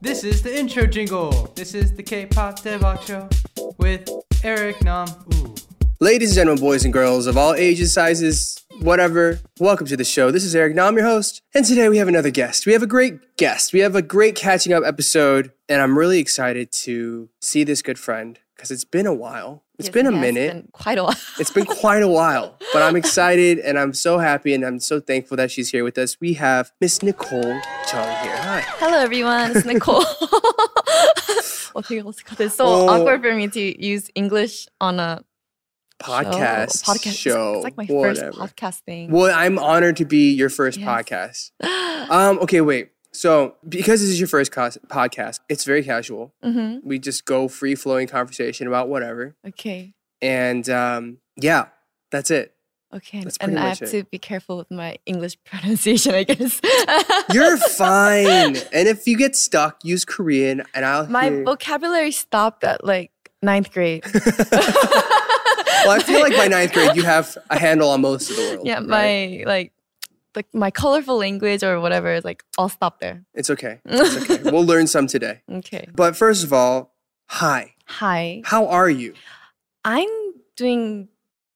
This is the intro jingle. This is the K-pop Devok Show with Eric Nam. Ooh. Ladies and gentlemen, boys and girls of all ages, sizes, whatever, welcome to the show. This is Eric Nam, your host, and today we have another guest. We have a great guest. We have a great catching up episode, and I'm really excited to see this good friend because it's been a while. It's Yes, been a yeah, minute. It's been quite a while. It's been quite a while, but I'm excited and I'm so happy and I'm so thankful that she's here with us. We have Miss Nicole Chung here. Hi. Hello, everyone. It's Nicole. 어떻게 어색하다. It's so Oh. awkward for me to use English on a Podcast. show. podcast Show. It's like my whatever. first podcast thing. Well, I'm honored to be your first Yes. podcast. Um, okay, wait. So, because this is your first cos- podcast, it's very casual. hmm We just go free flowing conversation about whatever. Okay. And um, yeah, that's it. Okay. That's and pretty I much have it. to be careful with my English pronunciation, I guess. You're fine. And if you get stuck, use Korean and I'll my hear- vocabulary stopped at like ninth grade. well, I feel like by ninth grade, you have a handle on most of the world. Yeah, right? my like, like my colorful language or whatever is like all stop there. It's okay. It's okay. we'll learn some today. Okay. But first of all, hi. Hi. How are you? I'm doing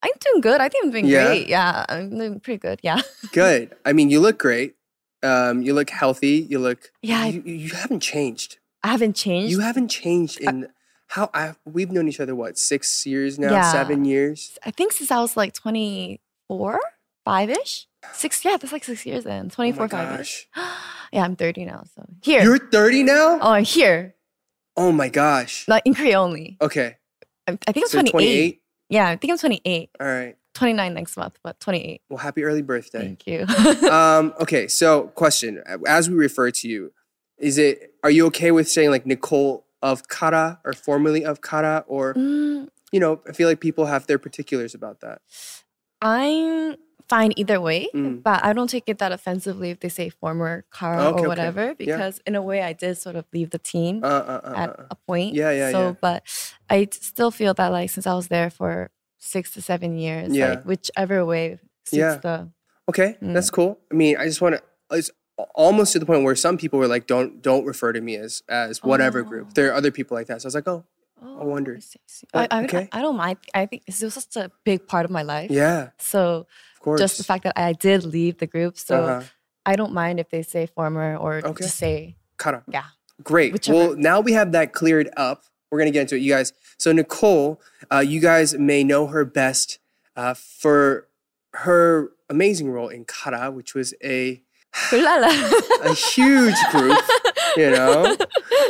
I'm doing good. I think I'm doing Yeah? great. Yeah, I'm doing pretty good. Yeah. Good. I mean, you look great. Um, you look healthy. You look. Yeah, I- You, you you haven't changed. I haven't changed. You haven't changed in how I we've known each other what six years now, Yeah. seven years. I think since I was like 24, 5ish. 6 yeah, that's like 6 years then. Oh my 24, 5ish. gosh. Yeah, I'm 30 now. So, here. You're 30 now. oh, I'm here. Oh my gosh. Not in Korea only. Okay. I'm, I think I'm Oh, so 28. 28. Yeah, I think I'm 28. All right. 29 next month, but 28. Well, happy early birthday. Thank you. um. Okay. So, question: As we refer to you, is it are you okay with saying like Nicole of Kara or formerly of Kara or Mm, you know? I feel like people have their particulars about that. I'm fine either way, Mm. but I don't take it that offensively if they say former car Okay, okay. or whatever, Yeah. because in a way I did sort of leave the team Uh. Uh. uh, at uh, uh. a point. Yeah, yeah, So, yeah. but I t- still feel that like since I was there for six to seven years, Yeah. like whichever way suits Yeah. the. Okay, Mm. that's cool. I mean, I just want to. It's a- almost to the point where some people were like, "Don't don't refer to me as as whatever group." Oh. There are other people like that. So I was like, "Oh, Oh, wonder. I, see, I see. I, But, I mean, okay. I, I don't mind. I think this was such a big part of my life. yeah, So of course." just the fact that I did leave the group, so Uh-huh. I don't mind if they say former or Okay. just say Kara. yeah. Great. Whichever. Well, now we have that cleared up. We're gonna get into it, you guys. So Nicole, uh, you guys may know her best uh, for her amazing role in Kara, which was a a huge group, you know,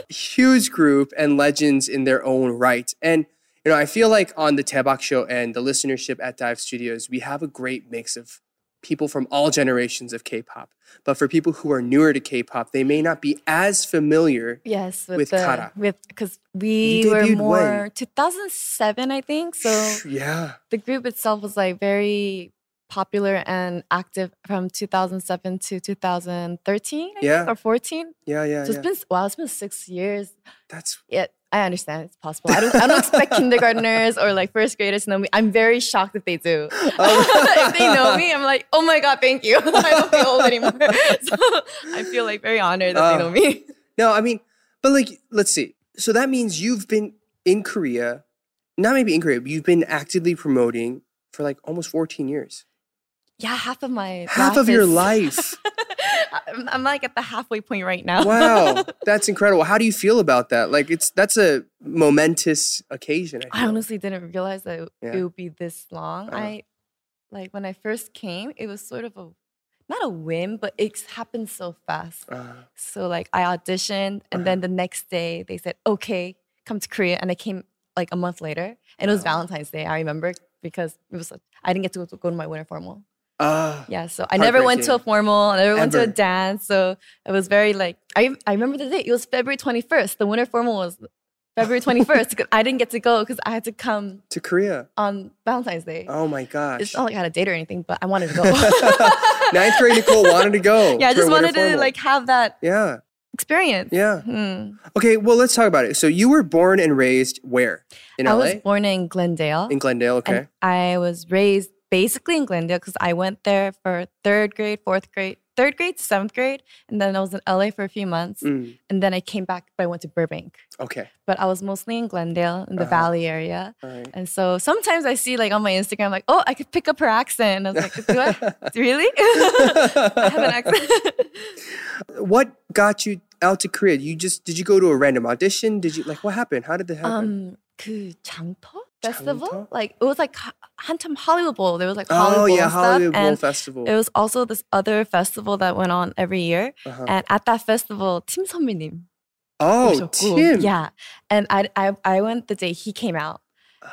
huge group and legends in their own right. And you know, I feel like on the Tabak Show and the listenership at Dive Studios, we have a great mix of people from all generations of K-pop. But for people who are newer to K-pop, they may not be as familiar. Yes, with, With the, Kara. with because we You were debuted when? more 2007, I think. So yeah, the group itself was like very popular and active from 2007 to 2013, I Yeah. think, or 14. yeah, yeah, So yeah. it's been s- wow, it's been six years. That's Yeah, I understand it's possible. I don't, I don't expect kindergartners or like first graders to know me. I'm very shocked if they do. if they know me, I'm like, oh my god, thank you. I don't feel old anymore. So I feel like very honored that Ah. they know me. no. I mean, but like, let's see. So that means you've been in Korea, not maybe in Korea, but you've been actively promoting for like almost 14 years. Yeah, half of my Half of your is- life. I'm, I'm like at the halfway point right now. wow, that's incredible. How do you feel about that? Like it's that's a momentous occasion. I, I feel. honestly didn't realize that it- Yeah. it would be this long. Uh-huh. I like when I first came, it was sort of a not a whim, but it happened so fast. Uh, So like I auditioned, and then the next day they said, "Okay, come to Korea," and I came like a month later, and it was Wow. Valentine's Day. I remember because it was like, I didn't get to go- go to my winter formal. ah, Yeah, so I never went to a Heartbreaking. formal. I never went to Ever. a dance. So it was very like I I remember the date. It was February twenty first. The winter formal was February twenty first. I didn't get to go because I had to come to Korea. on Valentine's Day. Oh my it's gosh. not like I had a date or anything, but I wanted to go. Ninth grade Nicole wanted to go. yeah, I for just a winter wanted to formal. like have that Yeah, experience. yeah. Hmm. Okay, well, let's talk about it. So you were born and raised where? In I LA? was born in Glendale. in Glendale, okay. And I was raised basically in Glendale because I went there for third grade, fourth grade, third grade to seventh grade, and then I was in LA for a few months, Mm, and then I came back, but I went to Burbank. okay. But I was mostly in Glendale in the Uh-huh. Valley area, All right. and so sometimes I see like on my Instagram, like, oh, I could pick up her accent. And I was like, do I really? I have an accent. what got you out to Korea? You just did you go to a random audition? Did you like what happened? How did that happen? um, 그 장터 festival, 장터? like it was like ha- 한참 Hollywood Bowl. There was like oh Hollywood Bowl yeah, and stuff, Hollywood Bowl and Festival. it was also this other festival that went on every year. Uh-huh. And at that festival, Tim 선배님 oh, 오셨고, Tim. yeah. And I, I I went the day he came out,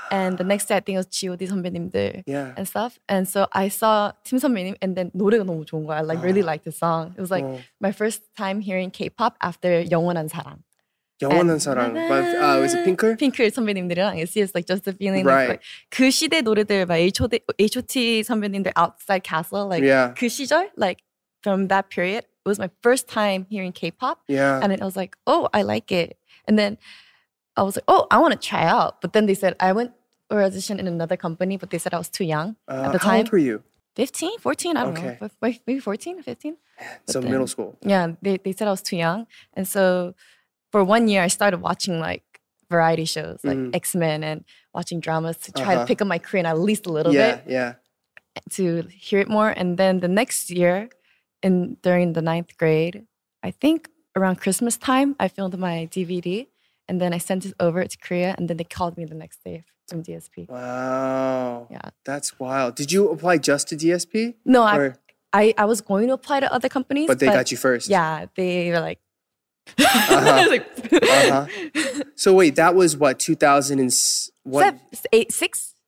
and the next day I think it was G.O.D 선배님들 Yeah. and stuff. And so I saw Tim 선배님, and then 노래가 너무 좋은 거야. I like really liked the song. It was like oh. my first time hearing K-pop after 영원한 사랑. 영원한 사랑. But uh, was it Pinker? 핑클 선배님들이랑 it's just like just the feeling Right. like, like 그 시대 노래들 막 H.O.T. H.O.T 선배님들 outside castle like yeah. 그 시절 like from that period it was my first time hearing K-pop Yeah. and then I was like oh I like it and then I was like oh I want to try out but then they said I went or auditioned in another company but they said I was too young Uh, at the how old time- were you? 15 14 I don't Okay. know but maybe 14 15 But so then- middle school. yeah, they, they said I was too young. And so for one year, I started watching like variety shows, like Mm. X Men and watching dramas to try Uh-huh. to pick up my Korean at least a little yeah, bit yeah. to hear it more. And then the next year, in during the ninth grade, I think around Christmas time, I filmed my DVD and then I sent it over to Korea. And then they called me the next day from DSP. Wow. Yeah. That's wild. Did you apply just to DSP? No, I, or, I, I was going to apply to other companies, but they got you first. Yeah, they were like, Uh-huh. like Uh-huh. So wait, that was what 2006, Sev- eight,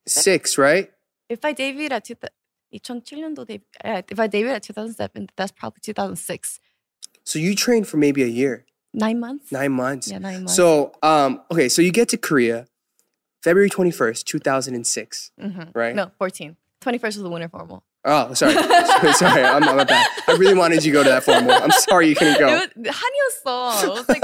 six. right? If I debuted at two thou- 2007년도 데뷔, uh, if I debuted at 2007, that's probably 2006. So you trained for maybe a year, Nine months. nine months. Yeah, nine months. So, um, okay, so you get to Korea, February twenty first, two thousand and six, Mhm. right? No, 14. 21st was the winter formal. Oh, sorry, sorry, I'm not bad. I really wanted you to go to that formal. I'm sorry you couldn't go. It was, 한이었어. It was like,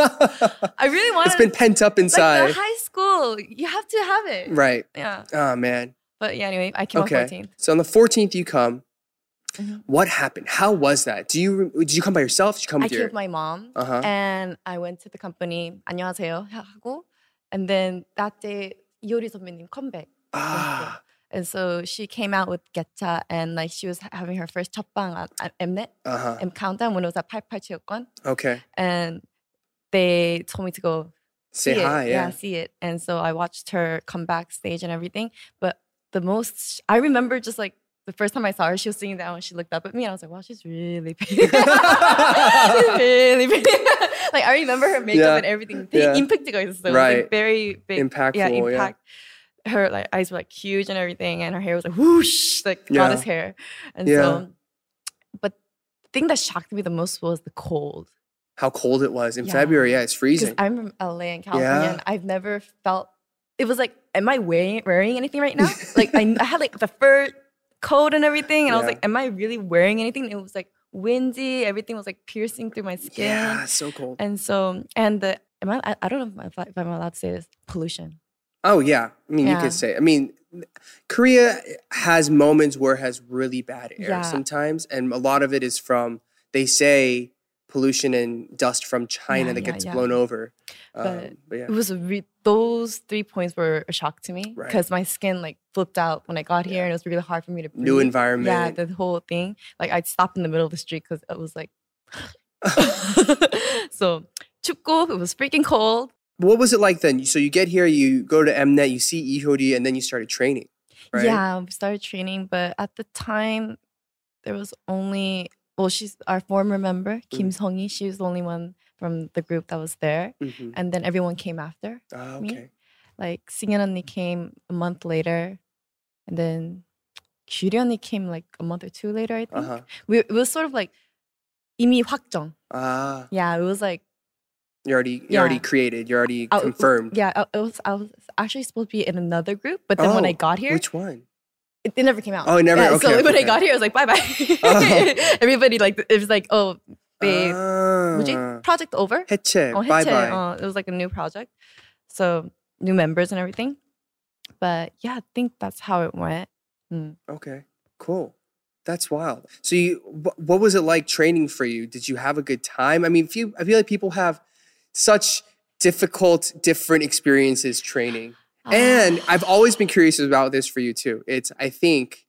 I really wanted. it's been pent up like inside, the high school. You have to have it. right? Yeah. Oh man. But yeah, anyway, I came Okay. on 14th. So on the fourteenth, you come. Mhm. What happened? How was that? Do you did you come by yourself? Did you come I with came your? with my mom Uh-huh. and I went to the company. 안녕하세요 하고. And then that day, 요리 선배님 컴백. ah, And so she came out with Getta and like she was ha- having her first 첫방 at, at Mnet, uh huh. M Countdown when it was at 88체육관. Okay. And they told me to go Say see hi. it. Yeah. see it. And so I watched her come backstage and everything. But the most, I remember just like the first time I saw her, she was sitting down and she looked up at me and I was like, wow, she's really pretty. she's really pretty. like I remember her makeup Yeah, and everything. 되게 yeah. 임팩트가 있었어요. It was, like, Right. very big. Yeah, Impactful, yeah. impact. Her like eyes were like huge and everything, and her hair was like whoosh, like Yeah. goddess hair. And Yeah. so, but the thing that shocked me the most was the cold. How cold it was in Yeah. February. Yeah, it's Because freezing. I'm from LA and California, Yeah. and I've never felt it was like, am I wearing wearing anything right now? like I, I had like the fur coat and everything, and I was Yeah. like, am I really wearing anything? And it was like windy. Everything was like piercing through my skin, yeah, it's so cold. and so and the am I? I, I don't know if, I'm- if I- if I'm allowed to say this. Pollution. Oh yeah, I mean you Yeah. could say. I mean, Korea has moments where it has really bad air Yeah. sometimes, and a lot of it is from they say pollution and dust from China Yeah, that yeah, gets yeah. blown over. But Um, but yeah, It was a re- those three points were a shock to me Right. because my skin like flipped out when I got here, and it was really hard for me to breathe. new environment. Yeah, the whole thing. Like I'd stop in the middle of the street because it was like, so 춥고 it was freaking cold. what was it like then? So you get here, you go to Mnet, you see EHOD, and then you started training, right? Yeah, we started training, but at the time there was only well, she's our former member Kim Songi. She was the only one from the group that was there, hmm and then everyone came after. Oh, me. okay. Like Singen Anni came a month later, and then Kyuri Anni came like a month or two later. I think Uh huh. we, it was sort of like 이미 확정. Ah, Yeah, it was like. you're already you're Yeah. already created. You're already I- confirmed. Yeah, I, I was I was actually supposed to be in another group, but then when Oh, I got here, Which one? it, it never came out. Oh, it never- Yeah, okay, so okay, when okay. I got here, I was like, bye bye. Oh. Everybody like it was like, oh, they would you- Ah. project over. 해체. Oh, bye 해체. bye. Uh, it was like a new project, so new members and everything. But yeah, I think that's how it went. Okay, cool. That's wild. So, you, wh- what was it like training for you? Did you have a good time? I mean, few, I feel like people have such difficult, different experiences training. And I've always been curious about this for you too. It's, I think,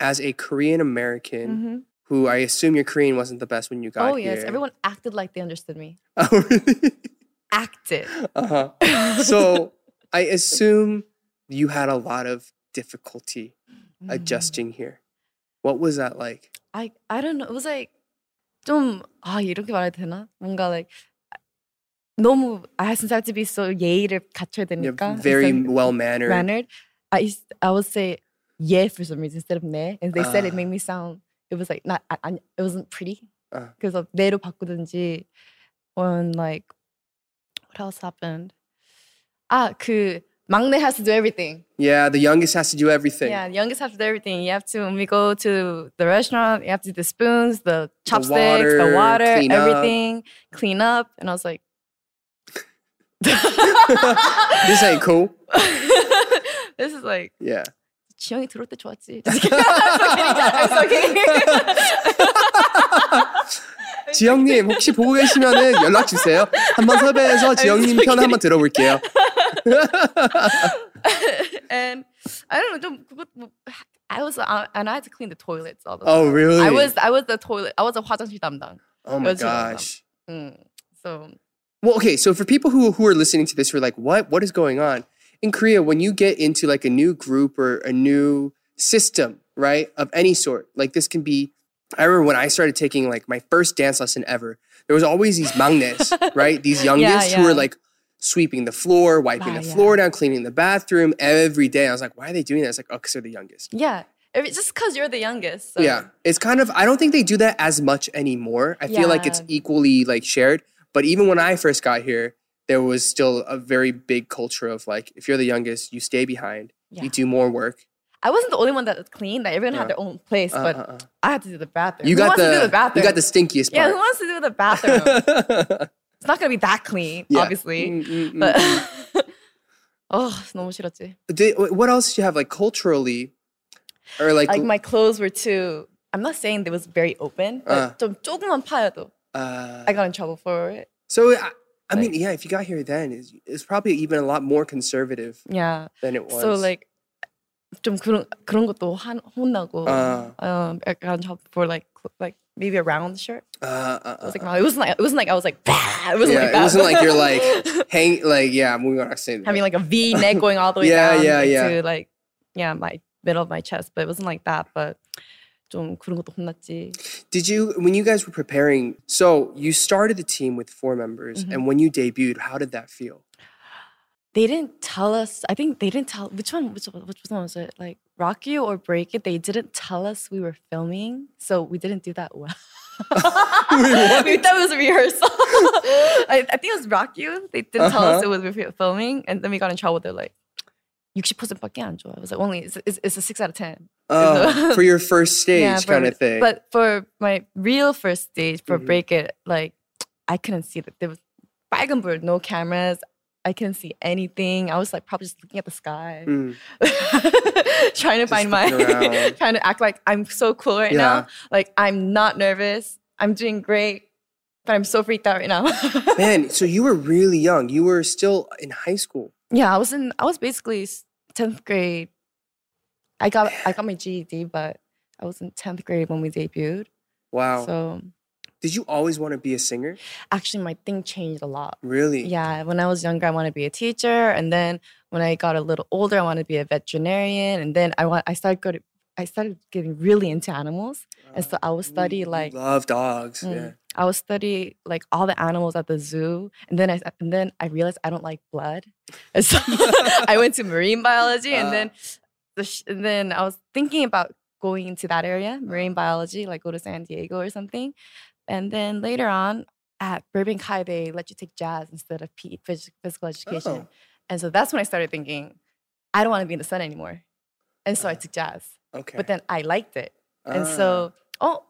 as a Korean American, hmm who I assume your Korean wasn't the best when you got Oh yes, here. everyone acted like they understood me. Oh, really? Acted. Uh huh. So, I assume you had a lot of difficulty adjusting here. What was that like? I I don't know. It was like 좀아 이렇게 말해도 되나? 뭔가 like 너무 I since I have to be so 예의를 갖춰야 You're 되니까 it's very like well mannered. mannered. I used, I would say yeah for some reason instead of 네, and they said it Ah. made me sound it was like not I, I, it wasn't pretty. Ah. 그래서 내로 바꾸든지 on like what else happened? 아그 막내 has to do everything. Yeah, the youngest has to do everything. Yeah, youngest have to do everything. You have to when we go to the restaurant, you have to do the spoons, the chopsticks, the water, water, clean up. everything, clean up. And I was like, this ain't cool. this is like Yeah. 지영이 들어올 때 좋았지. Just kidding. I'm so kidding. I'm so kidding. 지영님 혹시 보고 계시면은 연락 주세요. 한번 섭외해서 지영님 편 한번 들어볼게요. and I don't know. 좀 그것 뭐- I was uh, and I had to clean the toilets all the time. Oh really? I was I was the toilet. I was a 화장실 담당. Oh my was really gosh. Mm. So Well, okay. So for people who who are listening to this, who are like, what What is going on in Korea? When you get into like a new group or a new system, right, of any sort, like this can be. I remember when I started taking like my first dance lesson ever. There was always these mangnes, right? These youngest who yeah. were like sweeping the floor, wiping Ah, the yeah. floor down, cleaning the bathroom every day. I was like, why are they doing that? It's like, oh, because they're the youngest. yeah, if it's just because you're the youngest. So. Yeah. It's kind of I don't think they do that as much anymore. I feel like it's Yeah. equally like shared. But even when I first got here, there was still a very big culture of like if you're the youngest, you stay behind, Yeah. you do more work. I wasn't the only one that cleaned. Like everyone Yeah. had their own place, Uh, but uh, uh. I had to do the bathroom. You who got wants to do the, the bathroom? you got the stinkiest yeah. Who part. wants to do the bathroom? it's not gonna be that clean, Yeah. obviously. Mm, mm, mm, But mm. oh, 너무 싫었지. Did- wh- what else did you have like culturally, or like, Like my clothes were too. I'm not saying it was very open, Uh. but 좀 조금만 파여도 uh, I got in trouble for it. so I, I like- mean yeah, if you got here then it's, it's probably even a lot more conservative Yeah. than it was. So like 좀 그런 그런 것도 한, 혼나고. Uh. Um, I got in trouble for like cl- like maybe a round shirt. uh, uh, It was like uh, my, it wasn't like it wasn't like I was like bah! it yeah, wasn't like it that. wasn't like you're like hang like yeah, moving on. I say having like a V neck going all the way Yeah, down yeah, like, yeah. to like yeah my middle of my chest, but it wasn't like that. But 좀 그런 것도 혼났지. Did you when you guys were preparing? So you started the team with four members, Mhm. and when you debuted, how did that feel? They didn't tell us. I think they didn't tell which one which one- which one was it like Rock You or Break It. They didn't tell us we were filming, so we didn't do that well. we thought it was a rehearsal. I, I think it was Rock You. They didn't tell us Uh-huh. it was we were filming, and then we got in trouble. They're like. 60%밖에 안 좋아. I was like, only it's, it's, it's a six out of ten. Oh, for your first stage, for kind my- of thing. But for my real first stage for Mhm. Break It, like I couldn't see that there was 빨간 불, no cameras. I couldn't see anything. I was like probably just looking at the sky, Mm. trying to Just find my, looking around. trying to act like I'm so cool right Yeah. now. Like I'm not nervous. I'm doing great, but I'm so freaked out right now. man, so you were really young. You were still in high school. yeah, I was in. I was basically tenth grade. I got I got my GED, but I was in tenth grade when we debuted. Wow. So did you always want to be a singer? actually my thing changed a lot. Really? Yeah, when I was younger, I wanted to be a teacher, and then when I got a little older, I wanted to be a veterinarian, and then I want I started go to, I started getting really into animals, and so I would study, You like- love dogs. Mm. Yeah. I would study like all the animals at the zoo, and then I s- and then I realized I don't like blood, and so I went to marine biology, and Ah. then the sh- and then I was thinking about going into that area, marine biology, like go to San Diego or something, and then later on at Burbank High they let you take jazz instead of PE, phys- physical education, Oh, and so that's when I started thinking I don't want to be in the sun anymore, and so Ah. I took jazz, okay. but then I liked it, and Ah, so oh.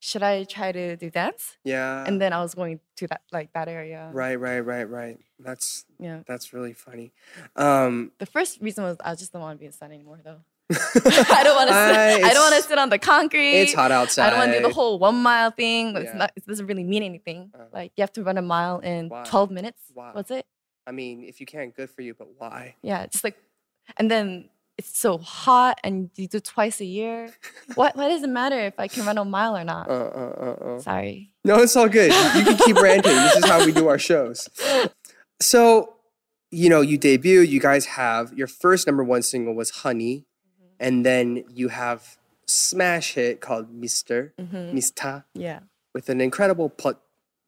Should I try to do dance? yeah. and then I was going to that like that area. Uh. right, right, right, right. That's Yeah. that's really funny. Um, The first reason was I just don't want to be in sun anymore though. I don't want to. I- I, don't want Uh, it's- to sit on the concrete. It's hot outside. I don't want to do the whole one mile thing. but It's Yeah. not, it doesn't really mean anything. Uh-huh. Like you have to run a mile in Why? 12 minutes. Why? What's it? I mean, if you can, good for you. But why? Yeah, it's like, and then it's so hot, and you do twice a year. what? Why does it matter if I can run a mile or Uh, not? uh, uh, uh. Sorry. No, it's all good. You can keep ranting. This is how we do our shows. So, you know, you debut. You guys have your first number one single was "Honey," Mm-hmm. and then you have smash hit called "Mister Mhm. Mista" Yeah. with an incredible put,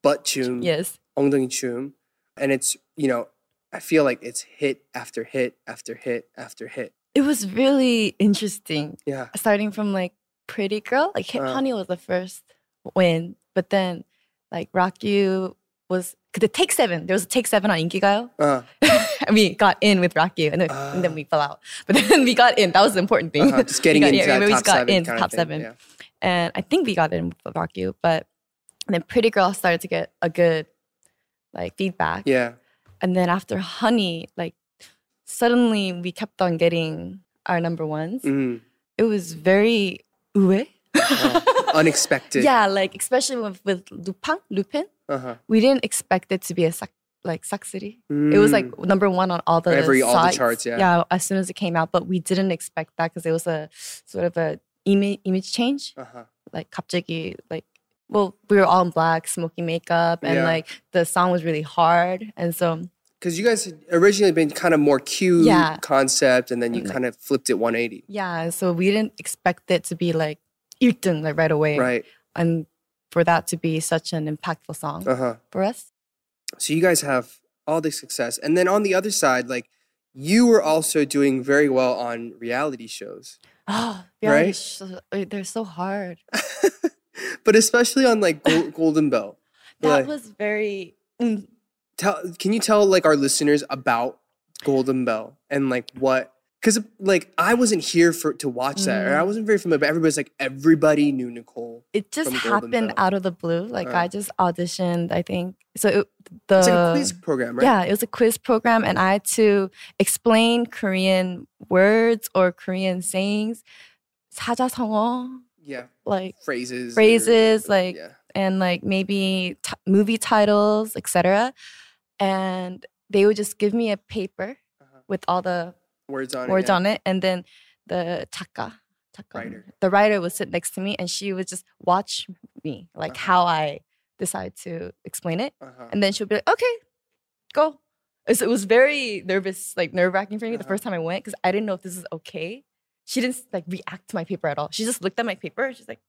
butt tune. Yes. ongdong chum and it's you know i feel like it's hit after hit after hit after hit It was really interesting. yeah starting from like Pretty Girl, like Hit Uh. Honey was the first win, but then like Rock You was the Take Seven. There was a Take Seven on Inkigayo, uh, and we got in with Rock You, and then, and Ah. then we fell out. But then we got in. That was the important thing. uh just getting got- into yeah, that we top just got seven in kind of top thing, seven. yeah. And I think we got in with Rock You, but and then Pretty Girl started to get a good like feedback, yeah and then after Honey, like suddenly we kept on getting our number ones. mm, It was very ue. uh, unexpected Yeah, like especially with, with Lupin, Lupin, uh-huh. we didn't expect it to be a suck like suck city. It was Mm. like number one on all the Every- all the sites. charts, yeah. yeah. As soon as it came out, but we didn't expect that because it was a sort of a image image change. uh-huh. Like 갑자기 like well we were all in black, smoking makeup, and Yeah. like the song was really hard, and so Because you guys had originally been kind of more cute Yeah. concept, and then you And, like- kind of flipped it 180, yeah, so we didn't expect it to be like 1등 like right away, right? and for that to be such an impactful song Uh huh. for us. So you guys have all this success, and then on the other side, like you were also doing very well on reality shows. Oh, Right? right? uh, they're so hard. but especially on like Gol- Golden Bell. That Like, was very. mm, tell, can you tell like our listeners about Golden Bell and like what? Because like I wasn't here for to watch that, Mm. or I wasn't very familiar. But everybody's like everybody knew Nicole. It just From Golden happened Bell. out of the blue. Like Uh. I just auditioned. I think so. It, the It's like a quiz program, right? yeah, it was a quiz program, and I had to explain Korean words or Korean sayings, 사자성어, Yeah. like Phrases. or- phrases, like yeah. and like maybe t- movie titles, etc. And they would just give me a paper Uh-huh. with all the words on words it. yeah. on it. And then the taka, taka Writer. the writer would sit next to me and she would just watch me, like Uh-huh. how I decide to explain it. Uh-huh. And then she'll be like, okay, go. And so it was very nervous, like nerve wracking for me the Uh-huh. first time I went because I didn't know if this is okay. She didn't like react to my paper at all. She just looked at my paper and she's like,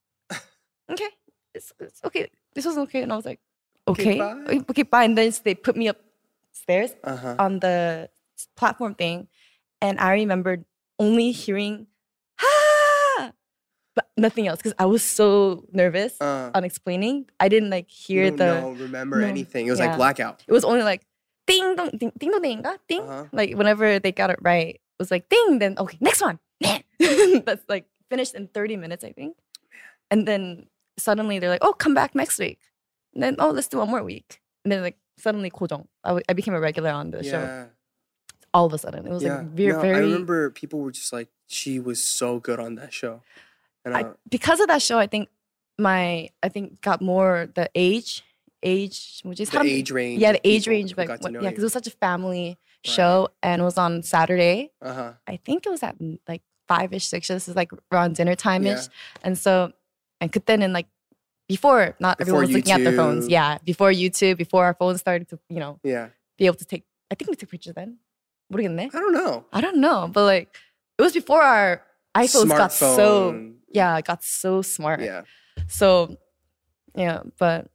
okay, it's, it's okay. This was okay. And I was like, Okay, okay, okay, bye." bye. And then they put me upstairs uh-huh. on the s- platform thing, and I remembered only hearing ah, but nothing else because I was so nervous Uh, on explaining. I didn't like you hear don't the. know, remember no, anything. It was like yeah. blackout. It was only like ding dong ding ding dong ding ah, ding. Uh-huh. Like whenever they got it right, it was like ding. Then okay, next one. That's like finished in thirty minutes, I think. And then suddenly they're like, oh, come back next week. And then oh, let's do one more week. And then like suddenly 고정. I, w- I became a regular on the show Yeah. all of a sudden. It was yeah. like very, No, I very remember people were just like, she was so good on that show. And uh, I, I- because of that show. I think my I think got more the age, age, which is the age range. yeah, of the age people range, who like got to what- know yeah, you. because it was such a family show and it was on Saturday. Uh-huh. I think it was at mm, like five ish, six. This is like around dinner time ish, and so and could then and like. Before, not everyone was Before looking at their phones. YouTube. Yeah, before YouTube, before our phones started to, you know, Yeah. be able to take. I think we took pictures then. 모르겠네. I don't know. I don't know, but like it was before our iPhones got so Smartphone. yeah, it got so smart. Yeah. So yeah, but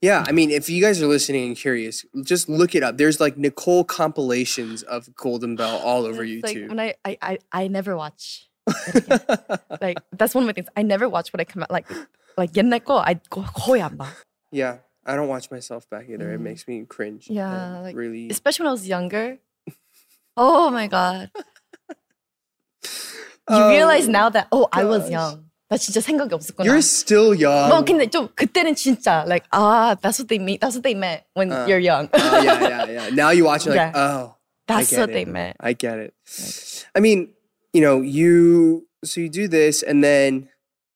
Yeah. I mean, if you guys are listening and curious, just look it up. There's like Nicole compilations of Golden Bell all over it's Like YouTube. when I I I, I never watch. it again. like that's one of my things. I never watch what I come out like like 옛날 거 I 거- 거의 안 봐. yeah. I don't watch myself back either. It Mm. makes me cringe. Yeah, and like, really. Especially when I was younger. Oh my god. You Oh, realize now that oh I was gosh. young. 나 진짜 생각이 없었구나. You're still young. 뭐 근데 좀 그때는 진짜 like ah that's what they mean that's what they meant when Uh, you're young. oh, yeah, yeah, yeah. Now you watch it like, Yeah. oh, that's get what it. they meant. I get it. I mean, you know, you so you do this and then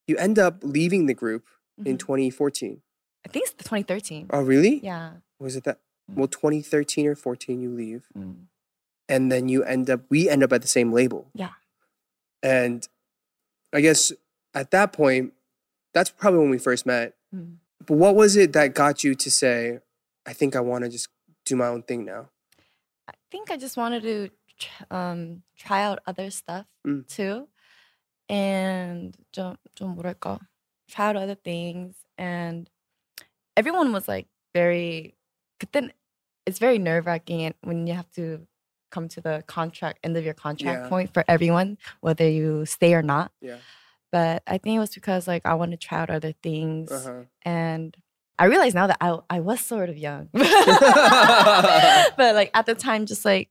you end up leaving the group in Mhm. 2014. I think it's 2013. Oh, really? Yeah. Was it that? Well, 2013 or 14, you leave, Mm. and then you end up. We end up at the same label. Yeah. And I guess at that point, that's probably when we first met. Mm. But what was it that got you to say, "I think I want to just do my own thing now"? I think I just wanted to tr- um, try out other stuff Mm. too, and 좀, 좀 뭐랄까 try out other things. And everyone was like very. 그때 it's very nerve wracking when you have to come to the contract end of your contract Yeah. point for everyone, whether you stay or not. Yeah. But I think it was because like I want to try out other things Uh-huh. and I realize now that I I was sort of young, but like at the time, just like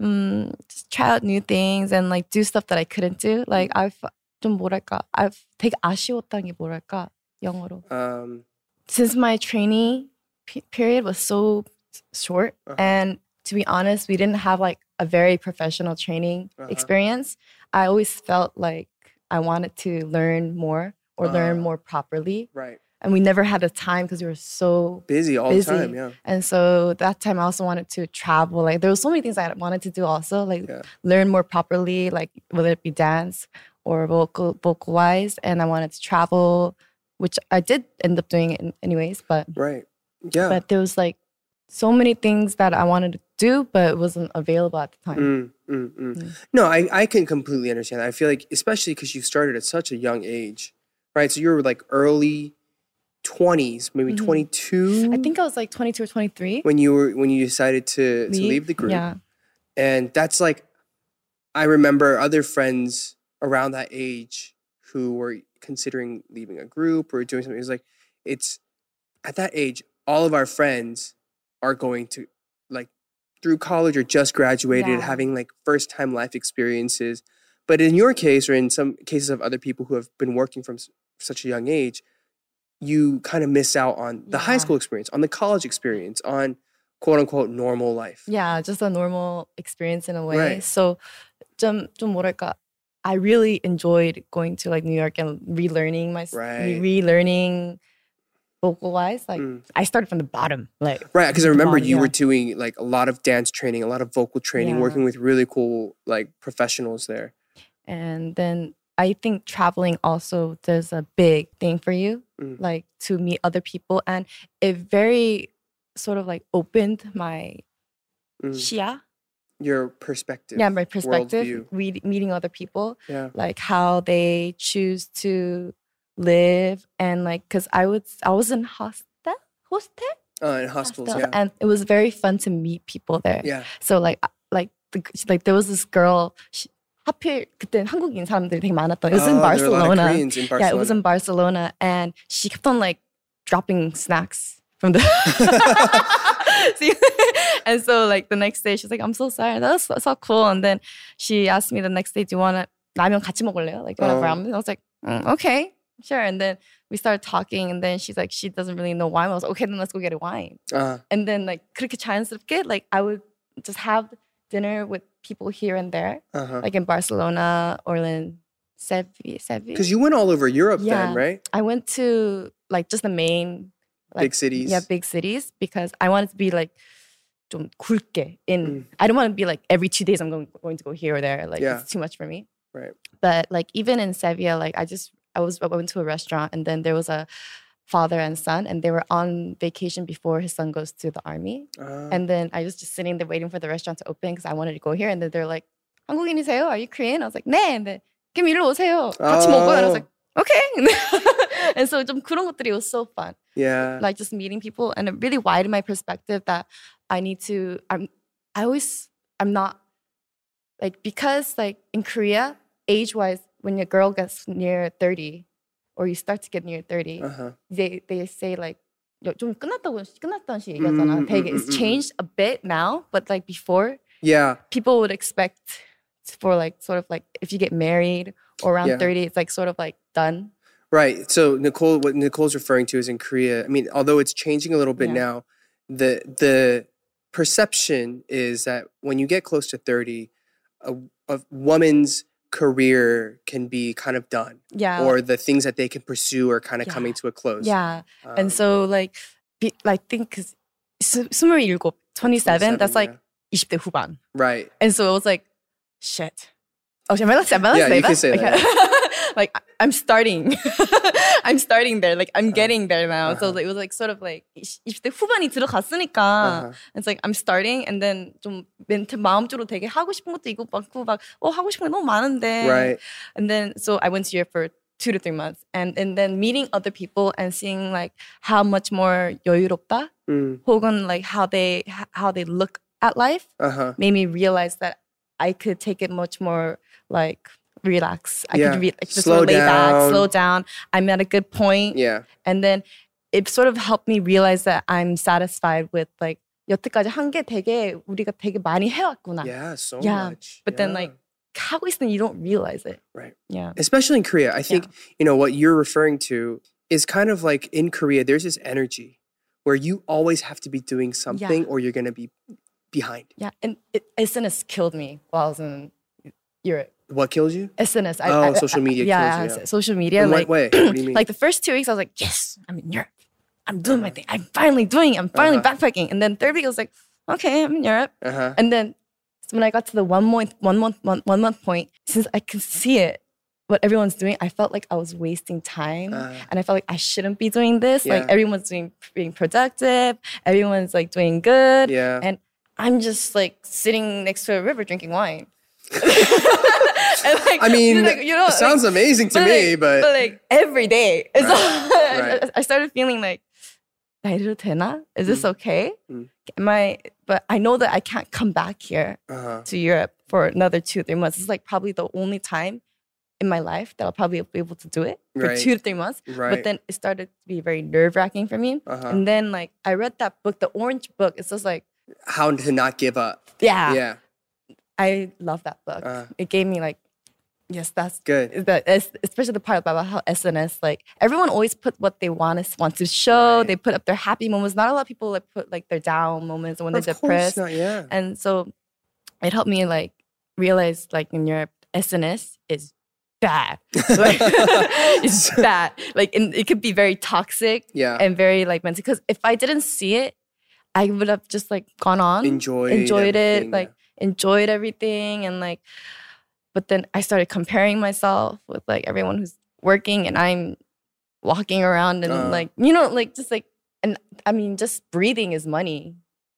um, just try out new things and like do stuff that I couldn't do. Like I've 좀 뭐랄까 I've 되게 아쉬웠던 게 뭐랄까 영어로 Um, since my trainee pe- period was so short Uh-huh. and to be honest we didn't have like a very professional training Uh-huh. experience i always felt like i wanted to learn more or learn Ah. more properly right. and we never had the time because we were so Busy all Busy. the time. Yeah. and so that time I also wanted to travel. Like there were so many things I wanted to do also, like Yeah. learn more properly, like whether it be dance or vocal vocal wise. And I wanted to travel, which I did end up doing in, anyways, but Right. Yeah. but there was like so many things that I wanted to do, but it wasn't available at the time. Mm, mm, mm. Mm. No, I, I can completely understand. that. I feel like, especially because you started at such a young age, right? So you were like early 20s, maybe Mhm. 22. I think I was like 22 or 23. when you were when you decided to to leave the group, Yeah. and that's like, I remember other friends around that age who were considering leaving a group or doing something. It's like, it's at that age, all of our friends are going to like through college or just graduated, Yeah. having like first time life experiences. But in your case, or in some cases of other people who have been working from s- such a young age, you kind of miss out on the high Yeah. school experience, on the college experience, on quote unquote normal life. yeah, just a normal experience in a way. Right. So, 좀, 좀 뭐랄까, I really enjoyed going to like New York and relearning my Right. relearning vocal wise. Like Mm. I started from the bottom. Like Right, because I the remember bottom, you yeah. were doing like a lot of dance training, a lot of vocal training, Yeah. working with really cool like professionals there. and then I think traveling also does a big thing for you, Mm. like to meet other people, and it very sort of like opened my Mm. shia, Your perspective. yeah, my perspective, worldview. re- meeting other people, Yeah. like how they choose to live and like because I would I was in hostel hostel, Uh, in hospitals. Hostel, Yeah. and it was very fun to meet people there. yeah. So like I- like the, g- like there was this girl. She, 하필 그때 한국인 사람들이 되게 많았던. It was Oh, there were a in lot of Barcelona. Koreans in Yeah, it was in Barcelona. Barcelona, and she kept on like dropping snacks from the. See? and so like the next day, she's like, "I'm so sorry. That was so, so cool." And then she asked me the next day, "Do you want to 라면 같이 먹을래요? Like, do you want Oh. ramen?" I was like, "Mm, "Okay, sure." And then we started talking, and then she's like, "She doesn't really know wine." I was like, "Okay, then let's go get a wine." Uh, And then like 그렇게 자연스럽게 like I would just have dinner with people here and there, uh-huh. like in Barcelona or in Sevi, Sevi. Because you went all over Europe then, Yeah. right? I went to like just the main like, Big cities. Yeah, big cities because I wanted to be like 좀 굵게 in. I don't want to be like every two days I'm going, going to go here or there. Like Mm. Yeah. it's too much for me. Right. But like even in Sevilla, like I just I was I went to a restaurant and then there was a father and son and they were on vacation before his son goes to the army. Uh, And then I was just sitting there waiting for the restaurant to open because I wanted to go here. And then they're like, 한국인이세요? Are you Korean? I was like, 네. And then, 그럼 일로 오세요. 같이 Oh. 먹어요. And I was like, okay. and so 좀 그런 것들이 was so fun. yeah. Like just meeting people and it really widened my perspective that I need to, I'm, I always, I'm not, like because like in Korea, age-wise, when your girl gets near 30 or you start to get near 30, uh-huh. they they say like 여- 좀 끝났다고 끝났다는 식 Mm-hmm, 얘기하잖아. 음, 되게 음, 음, it's 음. changed a bit now, but like before, Yeah. people would expect for like sort of like if you get married or around Yeah. 30, it's like sort of like done. Right. So Nicole, what Nicole's referring to is in Korea. I mean, although it's changing a little bit Yeah. now, the the perception is that when you get close to thirty, a, a woman's career can be kind of done yeah or the things that they can pursue are kind of Yeah. coming to a close. yeah Um, and so like be, like think cuz 27 27 that's like yeah. 20대 후반 right. and so it was like shit oh am I allowed to- am I Yeah, allowed to say you that? can say that, like I- I'm starting I'm starting there like I'm Uh-huh. getting there now so Uh-huh. it was like sort of like 20대 후반이 들어갔으니까 Uh-huh. It's like I'm starting and then 좀 멘트 마음 쪽으로 되게 하고 싶은 것도 있고 많고 막어 하고 싶은 게 너무 많은데 Right. and then so I went to Europe for two to three months and and then meeting other people and seeing like how much more 여유롭다 Mm, 혹은 like how they how they look at life uh-huh. made me realize that I could take it much more like relax I Yeah. could re- like, just Slow slow lay down. back slow down I'm at a good point Yeah. and then it sort of helped me realize that I'm satisfied with like 여태까지 한 게 되게 우리가 되게 많이 해왔구나. Yeah, so Yeah, much. but then, Yeah. like, 하고 있으면 you don't realize it. Right. Yeah. especially in Korea, I think, you know, what you're referring to is kind of like in Korea, there's this energy where you always have to be doing something or you're going to be behind. Yeah. And it, SNS killed me while I was in Europe. What kills you? SNS. I, oh, I, social media yeah, kills you. yeah. Social in media. what like, way? What do you mean? like the first two weeks, I was like, yes, I'm in Europe. I'm doing my thing. I'm finally doing it. I'm Uh-huh. finally backpacking. And then third week, I was like, okay, I'm in Europe. uh-huh. And then when I got to the one month, one month, one, one month point, since I could see it, what everyone's doing, I felt like I was wasting time, Uh. and I felt like I shouldn't be doing this. Yeah. Like everyone's doing being productive, everyone's like doing good. Yeah. and- I'm just like sitting next to a river drinking wine. And, like, I mean, like, you know, it sounds like, amazing to but, me, like, but, like every day, it's Right, right. I started feeling like, "나 이래도 되나? Is this Mm. okay? Mm. Am I? But I know that I can't come back here uh-huh. to Europe for another two, three months. It's like probably the only time in my life that I'll probably be able to do it for Right. two to three months. right. But then it started to be very nerve wracking for me. Uh-huh. And then like I read that book, the orange book. It's just like, How to not give up. yeah, yeah. I love that book. Uh. It gave me like, yes, that's Good. the es- especially the part about how SNS like everyone always put what they want to want to show. Right. They put up their happy moments. Not a lot of people like put like their down moments when Of they're course depressed. not. Yeah. And so it helped me like realize like in Europe, SNS is bad. Like, it's bad. Like and it could be very toxic yeah. and very like mental. Because if I didn't see it, I would have just like gone on, enjoyed enjoyed everything, it, like enjoyed everything and like but then I started comparing myself with like everyone who's working and I'm walking around and Uh. like you know like just like and I mean just breathing is money.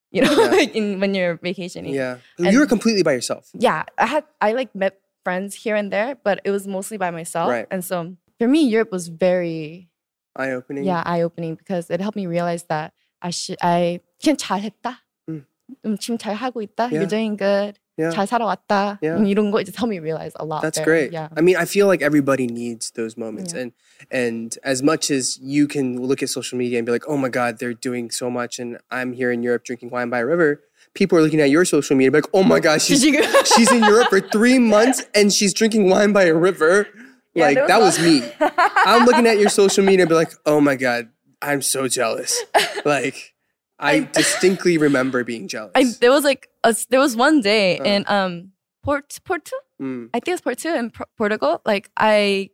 You know, Yeah. like in, when you're vacationing. yeah. and- you were completely by yourself. Yeah, I had I like met friends here and there, but it was mostly by myself. Right. And so for me, Europe was very Eye opening. yeah eye opening because it helped me realize that I should I 그냥 잘했다. 음. 음, 지금 잘 하고 있다. Mm. Yeah. You're doing good. Yeah. 잘 살아왔다. Yeah. 음, 이런 거 it just helped me realize a lot. That's there. great. Yeah. I mean, I feel like everybody needs those moments, and Yeah. and as much as you can look at social media and be like, "Oh my God, they're doing so much," and I'm here in Europe drinking wine by a river. People are looking at your social media, and be like, "Oh my God, Did she's you? she's in Europe for three months and she's drinking wine by a river." Yeah, like there that was was me. I'm looking at your social media, and be like, "Oh my God, I'm so jealous." Like, I I'm- distinctly remember being jealous. I, there was like a, s- there was one day Uh. in um Port Porto Mm, I think it's Porto in Pro- Portugal. Like I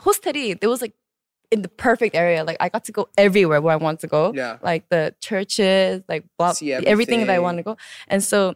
hostelry there was like in the perfect area. Like I got to go everywhere where I want to go. yeah. like the churches, like blah, See everything. that everything. I want to go. And so,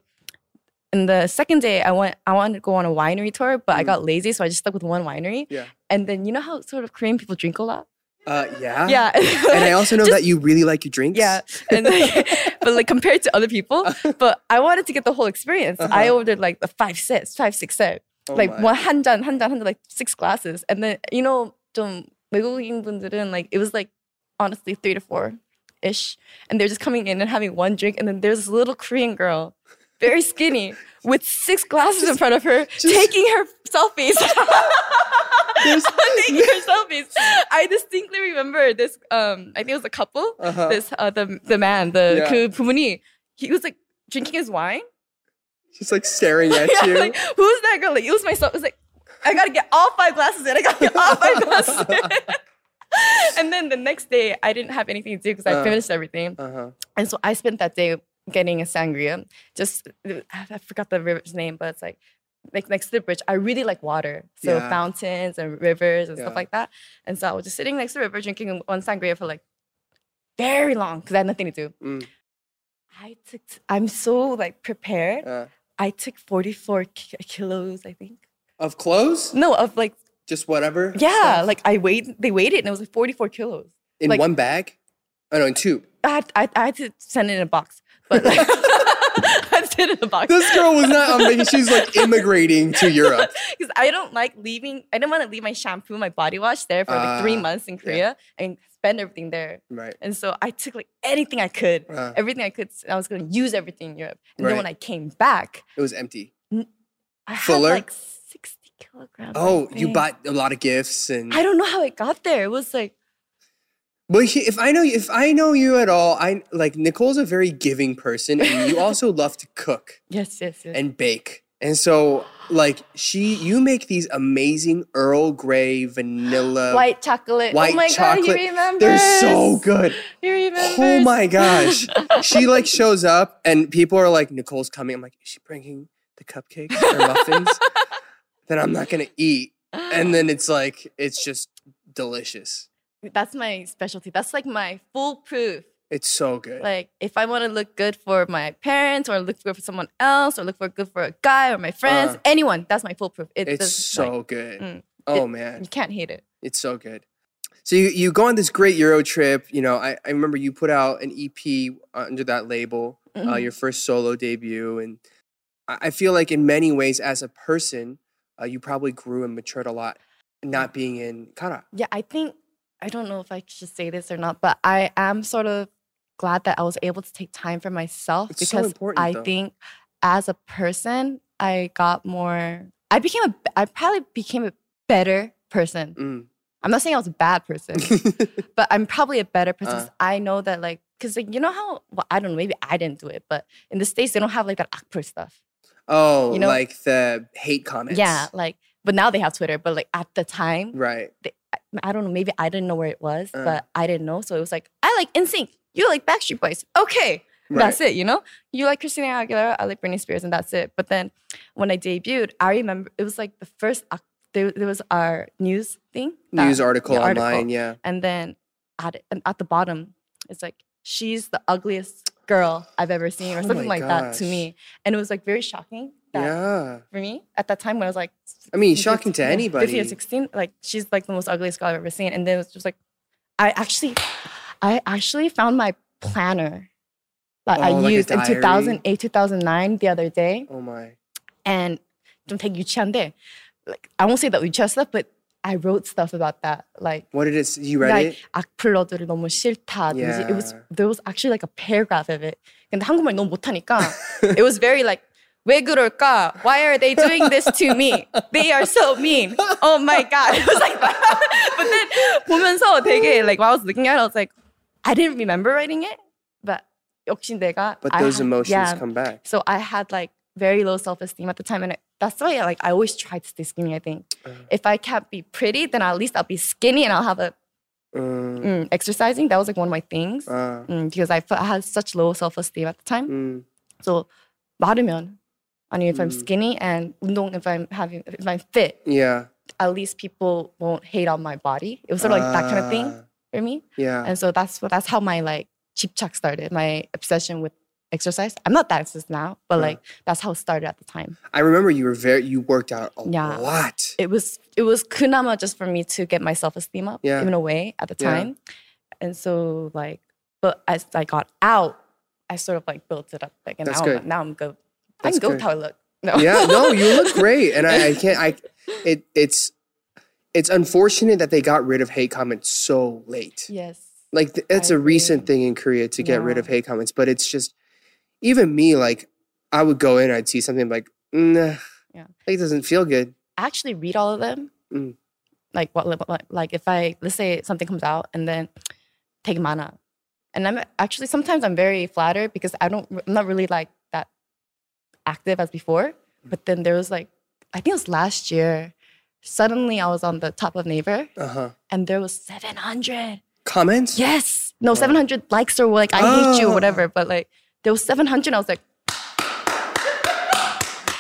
in the second day, I went. I wanted to go on a winery tour, but I Mm. got lazy, so I just stuck with one winery. Yeah. And then you know how sort of Korean people drink a lot. Uh, yeah. Yeah. And I also know that you really like your drinks. Ah, yeah. And like, but like compared to other people, but I wanted to get the whole experience. I Uh-huh. ordered like the five sets, five six set, Oh like my. one 한 잔, 한 잔, 한 잔, like six glasses. And then you know 좀 외국인 분들은 like it was like honestly three to four ish, and they're just coming in and having one drink, and then there's this little Korean girl. Very skinny, with six glasses in front of her, taking her selfies. There's- taking her selfies. I distinctly remember this. Um, I think it was a couple Uh-huh. this uh, the the man the Yeah. 그 부모님 he was like drinking his wine. She's like staring at Yeah, you. like who's that girl? Like it was myself. It was like I gotta get all five glasses in. I gotta get all five glasses. in. and then the next day I didn't have anything to do because I Uh. finished everything, uh-huh. and so I spent that day getting a sangria. Just I I forgot the river's name, but it's like like next to the bridge, I really like water. So Yeah. fountains and rivers and Yeah. stuff like that. And so I was just sitting next to the river drinking one sangria for like very long because I had nothing to do. Mm. I took, I'm so like prepared. Uh, I took 44 ki- kilos, I think. of clothes, No, of like, just whatever. yeah, stuff? like I weighed, they weighed it and it was like 44 kilos. in like- one bag. Oh no, in two. I had, I, I had to send it in a box, but like, I had to send it in a box. This girl was not. I'm thinking she's like immigrating to Europe. Because I don't like leaving, I didn't want to leave my shampoo, my body wash there for like three Ah, months in yeah. Korea and spend everything there. Right. And so I took like anything I could, Uh, everything I could. I was going to use everything in Europe. And then when Right. I came back, it was empty. I had Fuller? like 60 kilograms. I Oh, you think. bought a lot of gifts and. I don't know how it got there. It was like, But he- if I know if I know you at all, I like Nicole's a very giving person, and you also love to cook yes, yes, yes. and bake. And so, like she, you make these amazing Earl Grey vanilla. white chocolate. uh, white oh my chocolate. god, he remembers. They're so good. He remembers. Oh my gosh. She like shows up and people are like, Nicole's coming. I'm like, is she bringing the cupcakes or muffins? then I'm not gonna eat. And then it's like, it's just delicious. that's my specialty. That's like my foolproof. It's so good. Like if I want to look good for my parents, or look good for someone else, or look for good for a guy or my friends, Uh, anyone. That's my foolproof. It it's does- like, so good. mm, oh it- man. you can't hate it. It's so good. So you, you go on this great Euro trip. You know, I, I remember you put out an EP under that label, uh, Mhm. your first solo debut. And I, I feel like in many ways as a person, uh, you probably grew and matured a lot not being in Kara. Yeah, I think I don't know if I should say this or not, but I am sort of glad that I was able to take time for myself It's so because important, I though. think as a person, I got more. I became a. I probably became a better person. Mm. I'm not saying I was a bad person, but I'm probably a better person. 'cause Uh. I know that like. Cause like you know how well I don't know maybe I didn't do it but in the states they don't have like that awkward stuff oh, You know- like the hate comments. yeah like but now they have Twitter but like at the time Right. I don't know, maybe I didn't know where it was, Uh. but I didn't know. So it was like, I like NSYNC, you like Backstreet Boys. Okay, right. that's it, you know? You like Christina Aguilera, I like Britney Spears, and that's it. But then when I debuted, I remember it was like the first, oc- there, there was our news thing. that- News article yeah, online. Yeah. And then at, and at the bottom, it's like, she's the ugliest girl I've ever seen, Oh or my something like that to gosh. me. And it was like very shocking that Yeah. for me at that time when I was like, I mean, 15, shocking to 16, yeah, 15 or anybody. 16, like she's like the most ugliest girl I've ever seen. And then it was just like, I actually, I actually found my planner that Oh, I like a used in diary? 2008, 2009, the other day. Oh my. And don't take Yuchande. Like, I won't say that we just stuff, but I wrote stuff about that. Like, What did it? s- You read like it? 악플러들이 너무 싫다든지 it was Yeah. there was actually like a paragraph of it. 근데 한국말 너무 못하니까 it was very like 왜 그럴까? Why are they doing this to me? They are so mean. Oh my god. It was like but then 보면서 되게 like while I was looking at it I was like I didn't remember writing it but 역시 내가 But I those had- emotions yeah. come back. So I had like very low self esteem at the time, and I, that's why like I always tried to stay skinny. I think Uh-huh. if I can't be pretty, then at least I'll be skinny and I'll have a Mm, mm, exercising. That was like one of my things uh, mm, because I, fe- I had such low self esteem at the time. mm, So 마르면 I mean if I'm Mm. skinny and 운동 if I'm having if I'm fit, yeah. at least people won't hate on my body. It was sort of like that kind of thing Ah, for me. Yeah. And so that's what that's how my like cheap chuck started, my obsession with exercise. I'm not that obsessed now, but Yeah. like that's how it started at the time. I remember you were very you worked out a Yeah. lot. It was it was kunama just for me to get my self esteem up Yeah. in a way at the Yeah. time. And so like but as I got out, I sort of like built it up like and That's now, good. I'm, now I'm good. I That's can go good. with how I look. No. yeah, no, you look great. And I, I can't I it it's it's unfortunate that they got rid of hate comments so late. Yes. Like th- it's a agree. recent thing in Korea to get rid Yeah. of hate comments, but it's just even me like I would go in, I'd see something like nah, Yeah. like it doesn't feel good. I actually read all of them. Mm. Like what, what- what- like if I let's say something comes out and then take mana. And I'm actually sometimes I'm very flattered because I don't I'm not really like that active as before. Mm. But then there was like I think it was last year, suddenly I was on the top of Naver Uh huh. and there was seven hundred. Comments? Yes. No, seven hundred likes or like I hate you Oh. or whatever. But like there was seven hundred, I was like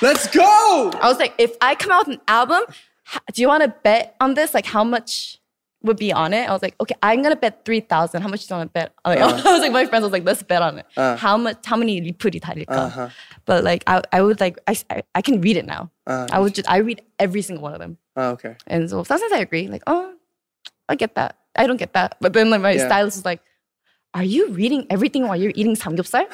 Let's go. I was like, if I come out with an album, h- do you want to bet on this? Like, how much would be on it? I was like, okay, I'm gonna bet three thousand. How much do you want to bet? I was Uh-huh. like, I was like, my friends was like, let's bet on it. how much? How many 리플이 달릴까? Uh. Uh-huh. But like, I, I would like, I, I, I can read it now. Uh, I would just, I read every single one of them, oh, okay. and so sometimes I agree. Like, oh, I get that. I don't get that. But then like my Yeah. stylist was like. Are you reading everything while you're eating 삼겹살?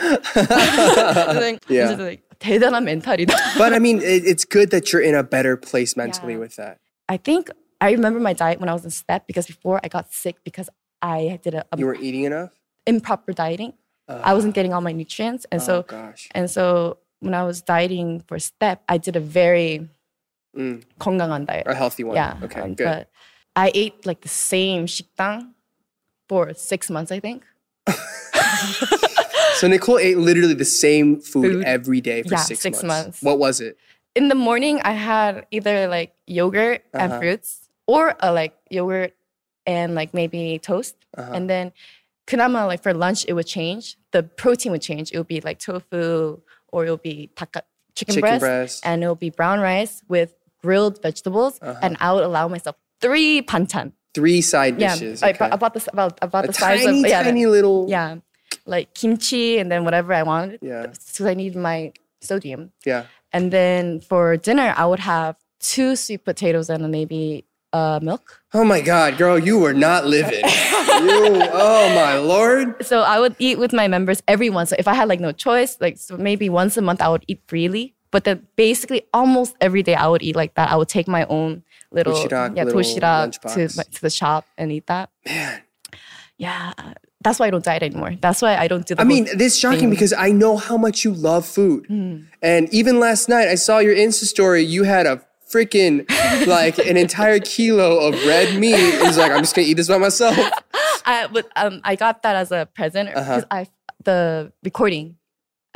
And then Yeah. just like, 대단한 멘탈이다. But I mean, it, it's good that you're in a better place mentally Yeah. with that. I think I remember my diet when I was in step because before I got sick because I did a, a You were eating enough. improper dieting. I wasn't getting all my nutrients, and Uh, oh so gosh. and so when I was dieting for step, I did a very Mm, 건강한 diet. a healthy one. Yeah. Okay. um, Good. But I ate like the same 식당 for six months, I think. So Nicole ate literally the same food, Food. every day for Yeah, six, six months. What was it? In the morning, I had either like yogurt and Uh-huh. fruits, or uh, like yogurt and like maybe toast. Uh-huh. And then kunama, like for lunch, it would change. The protein would change. It would be like tofu or it would be taka, chicken, Chicken breast, breast. And it would be brown rice with grilled vegetables. Uh-huh. And I would allow myself three panchan. Three side Yeah. dishes. like, okay. About the, about, about a the size tiny, of yeah, tiny little. yeah. Like kimchi and then whatever I wanted. Yeah. Because I need my sodium. Yeah. And then for dinner, I would have two sweet potatoes and maybe uh, milk. Oh my God, girl, you were not living. you, oh my Lord. So I would eat with my members every once. So if I had like no choice, like so maybe once a month I would eat freely. But then basically almost every day I would eat like that. I would take my own little Toshirak, yeah little toshirak to lunchbox. my- to the shop and eat that. Man. Yeah. That's why I don't diet anymore. That's why I don't do. The I whole mean, this is shocking because I know how much you love food. Hmm. And even last night, I saw your Insta story. You had a freaking, like, an entire kilo of red meat. It's like, I'm just going to eat this by myself. I but um I got that as a present Uh-huh. because I the recording,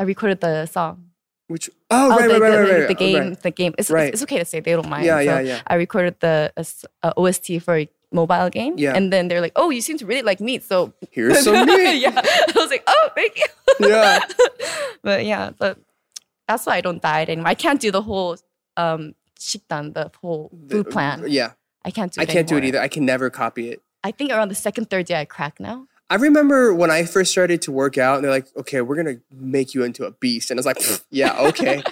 I recorded the song. Which, oh, right, the, right, right, the, right, the- right. the oh, game, right. the game. It's, Right. it's, it's okay to say they don't mind. Yeah, So yeah, yeah. I recorded the uh, s- uh, OST for a mobile game, Yeah. and then they're like, "Oh, you seem to really like meat, so Here's some meat. yeah." I was like, "Oh, thank you." yeah. But yeah, but that's why I don't diet anymore. I can't do the whole um 식단, the whole food plan. Yeah. I can't do. I It can't do it anymore. either. I can never copy it. I think around the second, third day, I crack now. I remember when I first started to work out, and they're like, "Okay, we're gonna make you into a beast," and I was like, "Pfft, "Yeah, okay.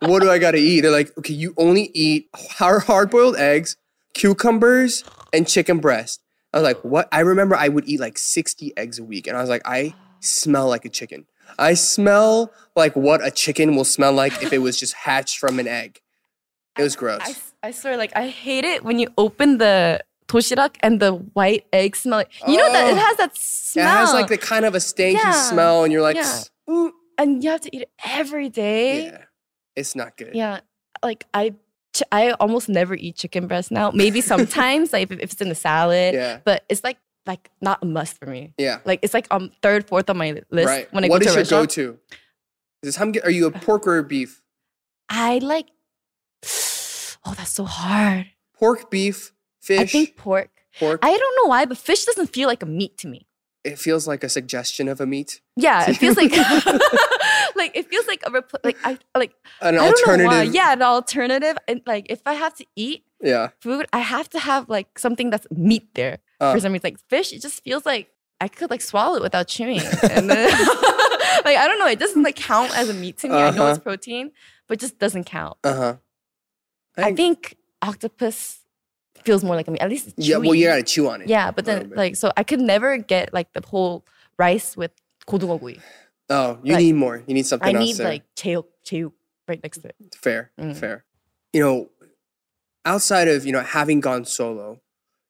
what do I gotta eat?" They're like, "Okay, you only eat hard hard-boiled eggs, cucumbers, and chicken breast." I was like, "What?" I remember I would eat like sixty eggs a week, and I was like, "I smell like a chicken. I smell like what a chicken will smell like if it was just hatched from an egg." It was gross. I, s- I swear, like I hate it when you open the toshirak and the white egg smell. You know that it Oh. has that it smell. has like the kind of a stanky Yeah, smell, and you're like, yeah. "Ooh, and you have to eat it every day. yeah, it's not good." Yeah, like I, ch- I almost never eat chicken breast now. Maybe sometimes, like if, if it's in a salad. Yeah. But it's like like not a must for me. Yeah. Like it's like um third, fourth on my list right. when I What is go to a your restaurant. Uh. go-to? Is this hamge- Are you a pork or a beef? I like. Oh, that's so hard. Pork, beef, fish, I think pork. pork. I don't know why, but fish doesn't feel like a meat to me. it feels like a suggestion of a meat, Yeah, it feels like like it feels like a repl- like I like an I don't know alternative. why. Yeah, an alternative. And like if I have to eat Yeah. food, I have to have like something that's meat there Uh. for some reason. Like fish, it just feels like I could like swallow it without chewing. And then, like I don't know, it doesn't like count as a meat to me. I know it's Uh-huh. protein, but it just doesn't count. Uh huh. I think octopus feels more like a meat. At least it's Yeah. Well, you chewy. gotta chew on it. Yeah, a but little then bit. like so I could never get like the whole rice with 고등어구이. Oh, you like, need more. You need something I else. need there. like 제육, 제육 right next to it. fair. Mm. Fair. You know, outside of you know having gone solo,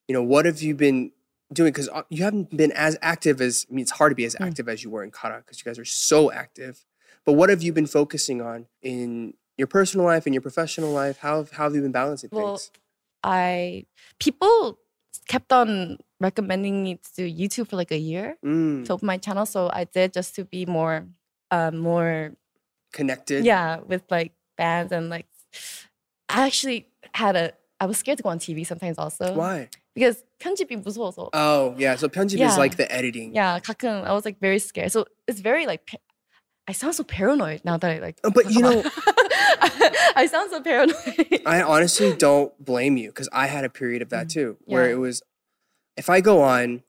you know what have you been doing? Because you haven't been as active as. I mean, it's hard to be as Mm. active as you were in Kara because you guys are so active. But what have you been focusing on in your personal life and your professional life? How have, how have you been balancing Well, things? I people kept on recommending me to do YouTube for like a year Mm, to open my channel, so I did just to be more, uh, more connected. yeah with like bands and like I actually had a I was scared to go on TV sometimes also Why? because 편집이 무서워서 Oh, yeah. So Pyongyang Yeah. is like the editing. yeah 가끔 I was like very scared so it's very like pa- I sound so paranoid now that I like Oh, But you know, I I sound so paranoid. I honestly don't blame you because I had a period of that Mhm. too, where Mm. Yeah. it was, if I go on,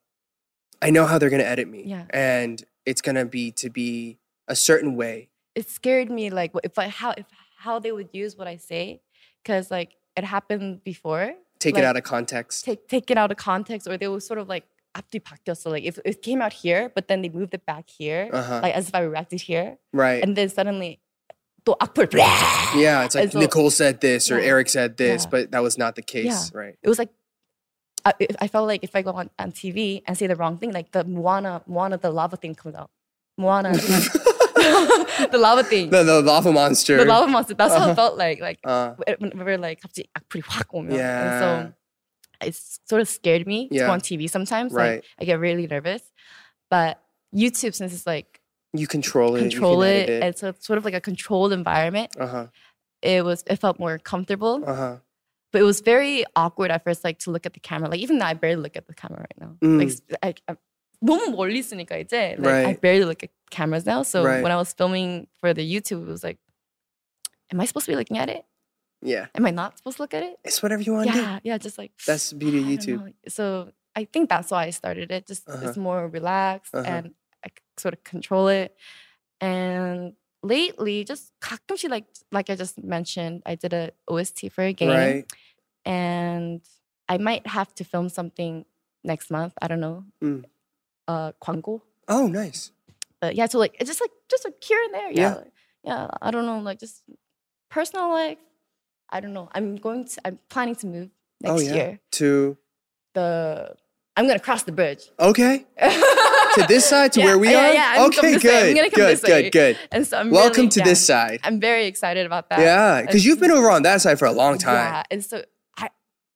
I know how they're gonna edit me, Yeah. and it's gonna be to be a certain way. it scared me like if I how if how they would use what I say because like it happened before. Take Like, it out of context. Take take it out of context or they will sort of like 앞뒤 바뀌었어. Like if it came out here, but then they moved it back here, Uh huh. like as if I reacted here, right. and then suddenly 또 악플. yeah. It's like and so- Nicole said this or Yeah. Eric said this, Yeah. but that was not the case, right? It was like. I, it- I felt like if I go on, on TV and say the wrong thing, like the Moana, Moana, the lava thing comes out. Moana, the lava thing, the, the lava monster. the lava monster. That's how Uh-huh. it felt like. Like uh, when we were like 갑자기 악플이 확 오면 yeah. and so it sort of scared me to Yeah. go on TV sometimes right. like I get really nervous but YouTube since it's like you control it. control it, and so it's sort of like a controlled environment Uh huh. it was it felt more comfortable Uh huh. but it was very awkward at first like to look at the camera like even now I barely look at the camera right now Mm. like s- I, I, 너무 멀리 있으니까 이제 like, I Right. barely look at cameras now so Right. when I was filming for the YouTube it was like am I supposed to be looking at it Yeah. am I not supposed to look at it It's whatever you want to do. yeah, yeah, just like That's the beauty of I don't YouTube. know. So I think that's why I started it. Just Uh-huh. it's more relaxed Uh-huh. and I c- sort of control it. And lately, just 가끔씩 like like I just mentioned, I did a OST for a game, Right. and I might have to film something next month. I don't know. Mm. Uh, 광고. Oh, nice. But yeah, so like it's just like just like here and there. Yeah. Yeah, like- yeah. I don't know, like just personal life. I don't know. I'm going to. I'm planning to move Oh, next yeah. year To the I'm gonna cross the bridge. okay. to to this side to Yeah, where we yeah, are. yeah, I'm gonna come okay, this good, way. I'm gonna come good, this good, way. good. And so I'm Welcome really- to yeah, this side. I'm very excited about that. yeah, because you've been over on that side for a long time. Yeah, and so I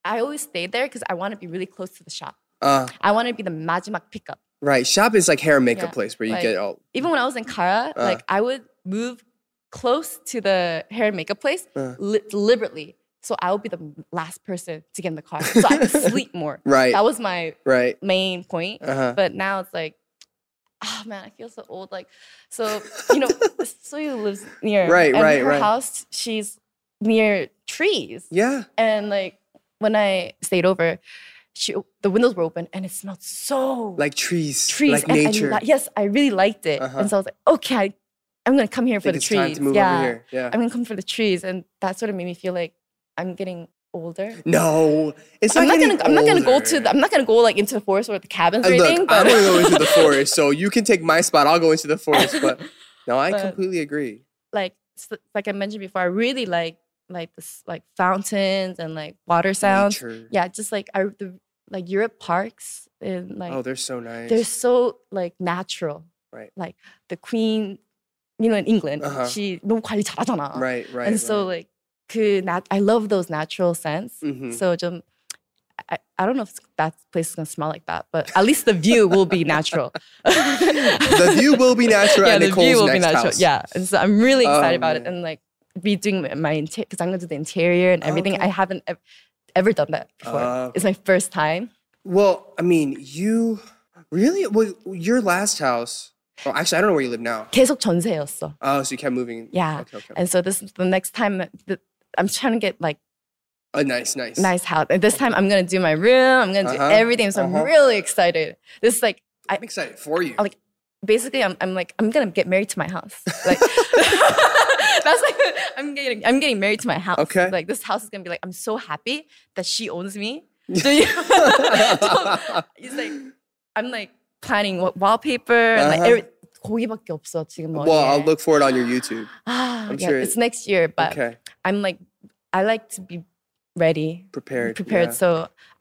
I always stay there because I want to be really close to the shop. Uh, I want to be the majimak pickup. right. Shop is like hair and makeup Yeah, place where you like- get all. Even when I was in Kara, Uh. like I would move close to the hair and makeup place Uh. li- deliberately, so I would be the last person to get in the car, so I could sleep more. Right. That was my Right. main point. Uh huh. But now it's like, oh man, I feel so old. Like, so you know, Suyu lives near Right, and right, her right. house. She's near trees, Yeah. and like when I stayed over, she the windows were open and it smelled so Like trees. trees, Like and I nature. li- yes, I really liked it, Uh-huh. and so I was like, okay, I, I'm gonna come here I for think the it's trees. time to move yeah, over here. Yeah. I'm gonna come for the trees, and that sort of made me feel like I'm getting older. no, it's I'm not. not gonna. I'm not gonna go older. to. The, I'm not gonna go like into the forest or the cabins Uh, or Look, anything. I'm but gonna go into the forest, so you can take my spot. I'll go into the forest, but no, I But- completely agree. like s- like I mentioned before, I really like like this like fountains and like water sounds. Nature. Yeah, just like I the like Europe parks and like oh, they're so nice. they're so like natural. Right. Like the queen, you know, in England, Uh-huh. she 너무 관리 잘하잖아. right. Right. And so like 그 nat- I love those natural scents. hmm So 좀 I, I don't know if it's- that place is gonna smell like that, but at least the view will be natural. the the view will be natural. at Nicole's next House. Yeah, and so I'm really Oh, excited about it, man. and like be doing my- my interior because I'm gonna do the interior and everything. Okay. I haven't ev- ever done that before. Oh, It's my first time. Well, I mean, you really well your last house. Oh, actually, I don't know where you live now. 계속 전세였어. Oh, so you kept moving. Yeah. Okay. Okay. And so this is the next time that- that- I'm trying to get like Oh, nice. Nice. nice house. And this time I'm gonna do my room. I'm gonna Uh-huh, do everything. So uh-huh. I'm really excited. This is like I'm excited for you. I like- basically I'm, I'm like I'm gonna get married to my house. Like that's like I'm getting I'm getting married to my house. Okay. Like this house is gonna be like I'm so happy that she owns me. Do you? so, it's like I'm like planning what wallpaper and like Uh-huh. every, 거기밖에 없어 지금 머리에. well, I'll look for it on your YouTube. Ah, I'm yeah, sure it's it- next year, but okay. I'm like I like to be ready, Prepared. prepared. yeah. So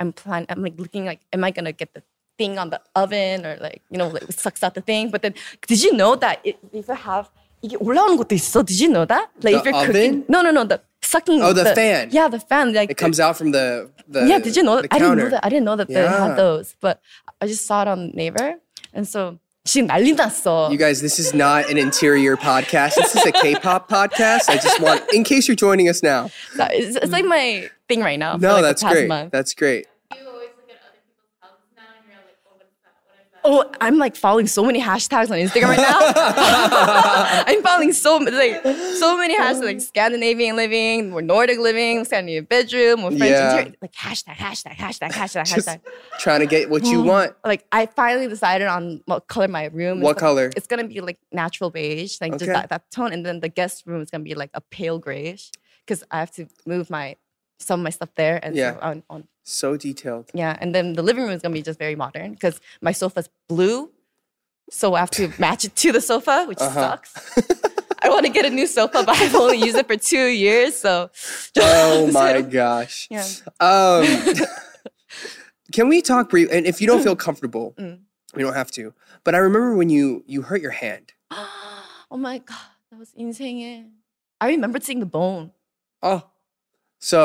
I'm plan. I'm like looking like, am I gonna get the thing on the oven or like you know like sucks out the thing? But then, did you know that it, if you have 이게 올라오는 것도 있어? Did you know that? Like if The you're cooking, oven? no, no, no, the sucking. Oh, the fan. Yeah, the fan. Like it comes out from the. the yeah, did you know? The that? I didn't counter. know that. I didn't know that they Yeah. had those, but I just saw it on Naver, and so 지금 난리 났어. You guys, this is not an interior podcast. This is a K-pop podcast. I just want, in case you're joining us now. So it's, it's like my thing right now. for No, like that's the past great. Month. That's great. You always look at other people's houses now and you're like, oh, what is that? What is oh, that? I'm like following so many hashtags on Instagram right now. I'm following so like so many hashtags like Scandinavian living, more Nordic living, Scandinavian bedroom, more French Yeah. interior. Like hashtag, hashtag, hashtag, hashtag, Just hashtag. trying to get what you want. Like I finally decided on what color my room. is. What color? It's gonna be like natural beige, like Okay. just that, that tone, and then the guest room is gonna be like a pale grayish because I have to move my some of my stuff there, and Yeah. so on, on So detailed. yeah, and then the living room is gonna be just very modern because my sofa's blue, so I have to match it to the sofa, which Uh-huh. sucks. I want to get a new sofa, but I've only used it for two years, so. Oh so- my gosh. Yeah. Um, can we talk brief? And if you don't feel comfortable, Mm. we don't have to. But I remember when you you hurt your hand. oh my god, that was insane. I remember seeing the bone. Oh, so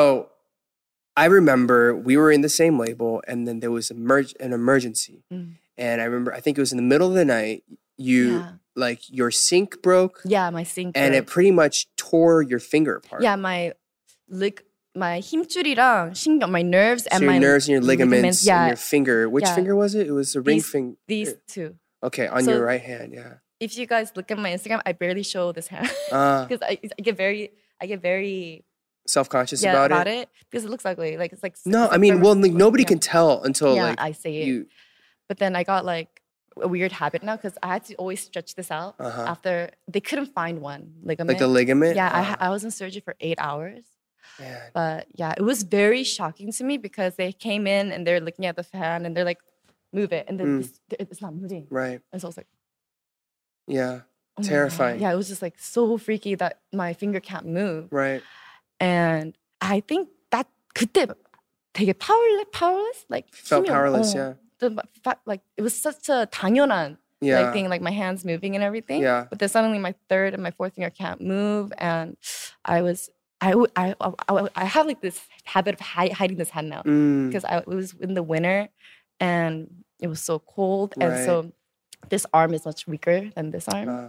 I remember we were in the same label, and then there was emerg- an emergency, Mm. and I remember I think it was in the middle of the night. You Yeah. like your sink broke, Yeah, my sink. and it broke. pretty much tore your finger apart. Yeah, my lig, my 힘줄이랑 신경, my nerves So and your my nerves and your ligaments, ligaments, yeah. and your finger. Which Yeah. finger was it? It was the ring These- finger. these two. Okay, on so- your right hand. Yeah. If you guys look at my Instagram, I barely show this hand Uh, because I, I get very, I get very self conscious yeah, about, about it. it. because it looks ugly. Like it's like s- No, I it's like mean, very well, much- like, nobody yeah. can tell until yeah, like I see it. you. but then I got like a weird habit now because I had to always stretch this out Uh-huh. after they couldn't find one ligament. Like the ligament. yeah, I, ha- Ah, I was in surgery for eight hours. man. But yeah, it was very shocking to me because they came in and they're looking at the fan and they're like, move it. And then Mm. it's, it's not moving. Right. And so I was like, Yeah. "Oh my God." Terrifying. Yeah, it was just like so freaky that my finger can't move. Right. And I think that 그때 되게 powerless, powerless, like Felt 힘이 없- powerless. 어, Yeah. The fact, like it was such a 당연한 Yeah. like thing, like my hands moving and everything. Yeah. But then suddenly my third and my fourth finger can't move, and I was I w- I I, I, I have like this habit of hi- hiding this hand now Mm, because I it was in the winter and it was so cold, Right. and so this arm is much weaker than this arm, uh,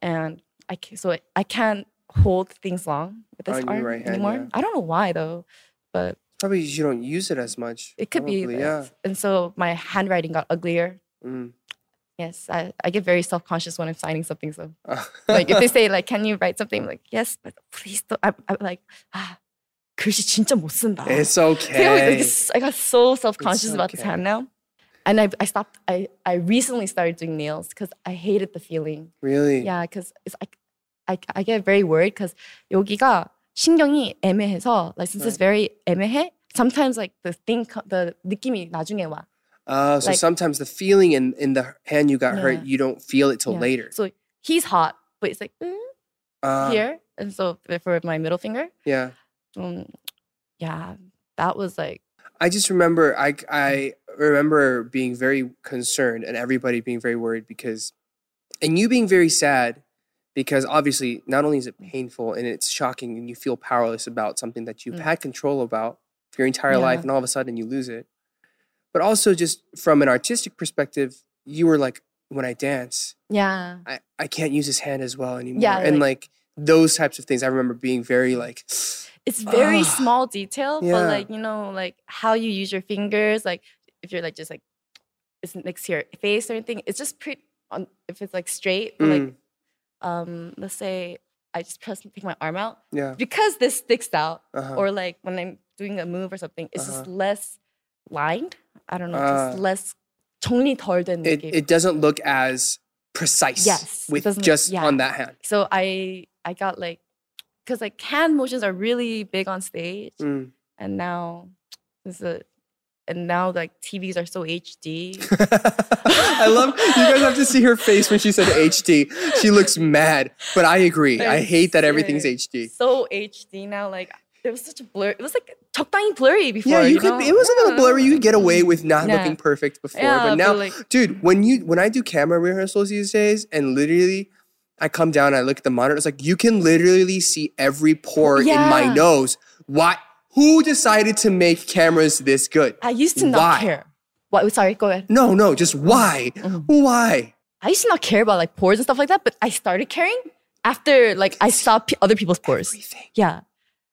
and I ca- so I can't hold things long with this On your arm right hand, anymore. yeah. I don't know why though, but probably you don't use it as much. it could probably, be. Yeah. And so my handwriting got uglier. Mm. Yes, I, I get very self conscious when I'm signing something. So Ah, like if they say like can you write something I'm like yes but please don't I'm, I'm like ah 글씨 진짜 못 쓴다 it's They always, like, okay. s- I got so self-conscious about this okay. hand now and I, I stopped I, I recently started doing nails because I hated the feeling Really. yeah because it's like I, I get very worried because 여기가 신경이 애매해서 like since it's very 애매해 sometimes like the thing co- the 느낌이 나중에 와 Uh, so like- sometimes the feeling in, in the hand you got hurt, Yeah. you don't feel it till Yeah. later. so he's hot but it's like mm, Uh, here and so for my middle finger Yeah. um, yeah, that was like, I just remember I I remember being very concerned and everybody being very worried because and you being very sad because obviously not only is it painful and it's shocking and you feel powerless about something that you've Mm. had control about for your entire life Yeah. and all of a sudden you lose it. But also just from an artistic perspective, you were like when I dance, yeah, I, I can't use his hand as well anymore. Yeah, and like- like those types of things I remember being very like it's very Ah, small detail, yeah. but like you know, like how you use your fingers, like if you're like just like it's next to your face or anything, it's just pretty. On, if it's like straight, but, like mm, um, let's say I just press and take my arm out yeah. because this sticks out, Uh-huh. or like when I'm doing a move or something, it's just Uh-huh. less lined. I don't know, Ah. just less 정리 덜된 it, 느낌. it doesn't look as precise Yes, it with doesn't look- just yeah. on that hand. so I I got like because like hand motions are really big on stage. Mm. and now this is a, and now like TVs are so HD. I love you guys have to see her face when she said HD. She looks mad, but I agree. I Thanks, hate that everything's yeah. HD. so HD now, like it was such a blur. It was like 적당히 blurry before. Yeah, you, you could know? it was a little Yeah. blurry. You could get away with not Yeah. looking perfect before, Yeah, but now like, dude, when you when I do camera rehearsals these days and literally I come down and I look at the monitor, it's like you can literally see every pore in my Yeah. nose. Why who decided to make cameras this good? I used to not Why? care. What? Sorry, go ahead. No, no, just why? Mm-hmm. Why? I used to not care about like pores and stuff like that, but I started caring after like I saw p- other people's pores. Everything, Yeah,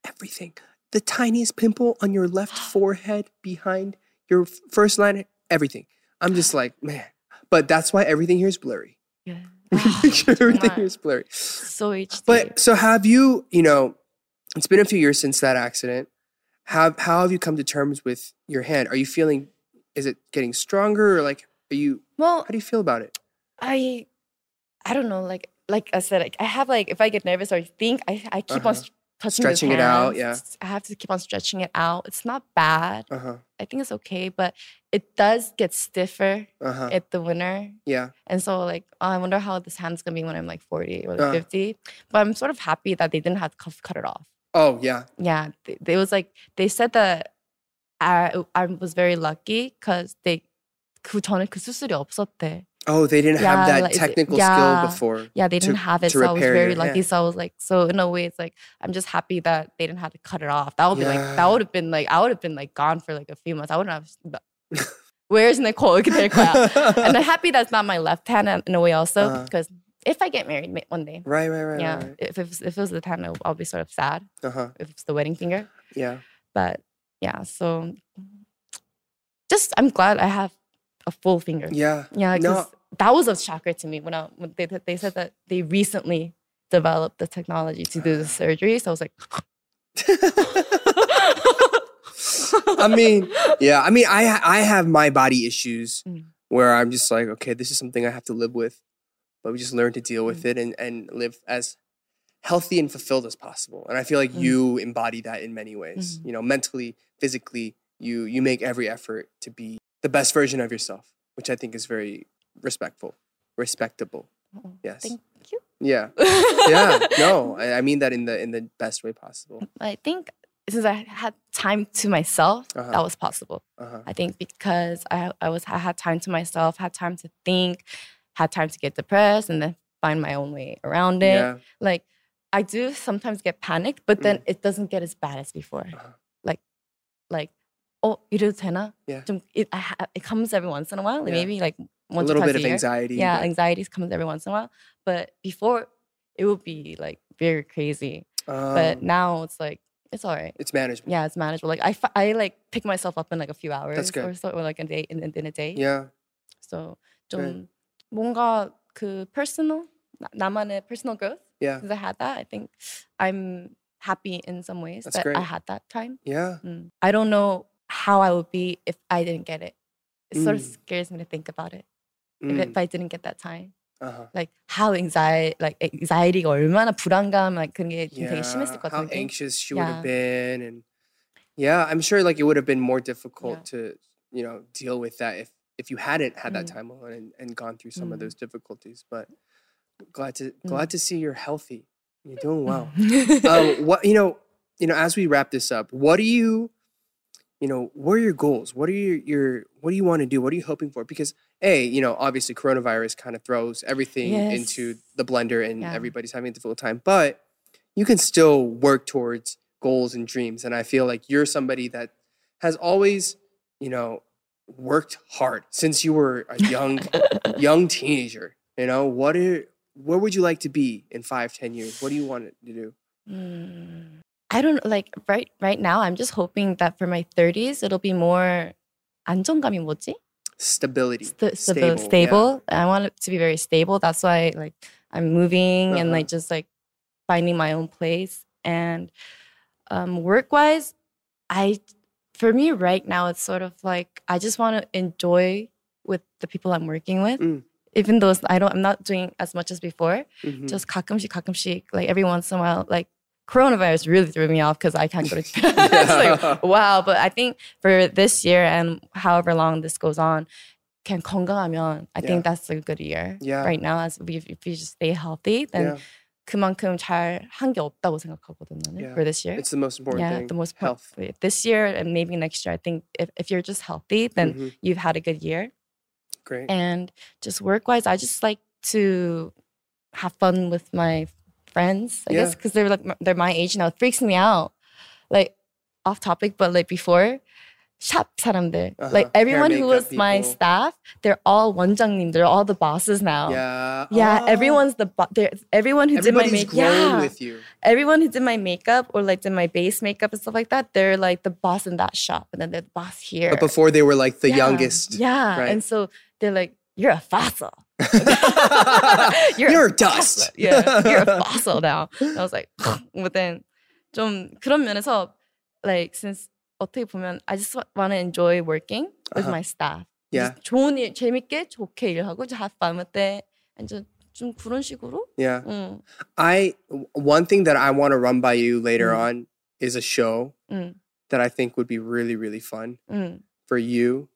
everything. The tiniest pimple on your left forehead behind your f- first line, everything. I'm just like, man, But that's why everything here is blurry. Yeah. everything Wow. here is blurry. So HD. But so have you, you know, it's been a few years since that accident. Have how have you come to terms with your hand? Are you feeling is it getting stronger or like are you well, how do you feel about it? I I don't know, like like I said, like, I have like if I get nervous or think, I I keep Uh-huh. on st- touching his Stretching it out, hands. yeah. S- I have to keep on stretching it out. It's not bad. Uh-huh. I think it's okay, but it does get stiffer Uh-huh. at the winter. yeah. And so like oh, I wonder how this hand's gonna be when I'm like 40 or like Uh. 50. But I'm sort of happy that they didn't have to cut it off. Oh yeah. Yeah, th- it was like they said that I I was very lucky because they 그 전에 그 수술이 없었대. Oh, they didn't have Yeah, that like, is it- technical yeah. skill before. Yeah, they didn't to- have it, to so I was repair very your lucky. hand. So I was like, so in a way, it's like I'm just happy that they didn't have to cut it off. That would be like Yeah. that would have been like I would have been like gone for like a few months. I wouldn't have. Where's Nicole? 이렇게 될 거야. and I'm happy that's not my left hand in in a way also Uh-huh. because if I get married ma- one day, right, right, right. yeah, right, right. if it was, if it was the hand, I'll, I'll be sort of sad Uh-huh. if it's the wedding finger. Yeah. But yeah, so just I'm glad I have a full finger. Yeah. Yeah, No. 'cause that was a shocker to me when I when they they said that they recently developed the technology to do the surgery. So I was like, I mean, yeah. I mean, I I have my body issues Mm. where I'm just like, okay, this is something I have to live with, but we just learn to deal Mm. with it and and live as healthy and fulfilled as possible. And I feel like Mm. you embody that in many ways. Mhm. You know, mentally, physically, you you make every effort to be the best version of yourself, which I think is very respectful, respectable. "Oh, Yes. thank you. Yeah. Yeah. no, I, I mean that in the in the best way possible. I think since I had time to myself, Uh-huh. that was possible. Uh-huh. I think because I I was I had time to myself, had time to think, had time to get depressed, and then find my own way around it. Yeah. Mm. like I do sometimes get panicked, but then it doesn't get as bad as before. Uh-huh. Like, like, oh, you do tena. Yeah. It, I ha- it comes every once in a while, like Yeah. maybe like A once or little twice bit of a year. anxiety. Yeah, but- anxiety comes every once in a while, but before it would be like very crazy, but Um, now it's like it's all right. it's management. Yeah, it's manageable. Like I, fi- I like pick myself up in like a few hours good. or so, or like a day in, in a day. Yeah. So 좀 Good. 뭔가 그 personal 나- 나만의 personal growth Yeah. because I had that. I think I'm happy in some ways That's that great. I had that time. Yeah. Mm. I don't know how I would be if I didn't get it. It sort of Mm. scares me to think about it. If, Mm. if I didn't get that time, Uh-huh. like how anxiety, like anxiety가 얼마나 불안감, like 그런 게 좀 Yeah. 되게 심했을 것 How 같은데. anxious she would have Yeah. been and yeah, I'm sure like it would have been more difficult Yeah. to, you know, deal with that if if you hadn't had that Mm. time alone and, and gone through some of Mm. those difficulties. But glad to Mm-hmm. glad to see you're healthy. You're doing well. um, what you know, you know, as we wrap this up, what do you, you know, what are your goals? What are your your what do you want to do? What are you hoping for? Because a, you know, obviously coronavirus kind of throws everything into Yes. the blender, and Yeah. everybody's having a difficult time. But you can still work towards goals and dreams, and I feel like you're somebody that has always, you know, worked hard since you were a young young teenager. You know, what are where would you like to be in five, ten years? What do you want to do? Mm. I don't like right right now. I'm just hoping that for my 30s it'll be more 안정감이 뭐지? stability. St- Stable, yeah. stable. stable. I want it to be very stable. That's why like I'm moving Uh-huh. and like just like finding my own place and um, work wise, I for me right now it's sort of like I just want to enjoy with the people I'm working with. Mm. Even though it's- I don't, I'm not doing as much as before. Mhm. just 가끔씩 가끔씩 like every once in a while like coronavirus really threw me off because I can't go to Japan. It's like, wow, but I think for this year and however long this goes on, can 건강하면 I think that's a good year. Yeah. Right now, as we, if you just stay healthy, then yeah, 그만큼 잘 한 게 없다고 생각하거든요. Yeah. For this year. it's the most important yeah, thing. the most part- health. this year and maybe next year. I think if, if you're just healthy, then Mhm. you've had a good year. Great. And just work wise, I just like to have fun with my friends, I guess, guess, Yeah. because they're like m- they're my age now. It freaks me out. Like off topic, but like before, shop 사람들. Uh-huh. Like Hair everyone who was makeup my people. staff, they're all 원장님. They're all the bosses now. yeah. oh, Yeah, Ah, everyone's the bo- they're- everyone who did my Everybody's makeup. grown Yeah, with you. everyone who did my makeup or like did my base makeup and stuff like that. They're like the boss in that shop, and then they're the boss here. But before they were like the Yeah, youngest. Yeah. right? And so they're like, you're a fossil. you're, a dust. fossil. Yeah, you're a fossil now. And I was like, but then 좀 그런 면에서 like since 어떻게 보면 I just want to enjoy working with Uh-huh. my staff. Yeah. just 좋은 일, 재밌게 좋게 일하고 just have fun with it. And just 좀 그런 식으로. Yeah. 음, I w- one thing that I want to run by you later Mm. on is a show 음, that I think would be really really fun 음. for you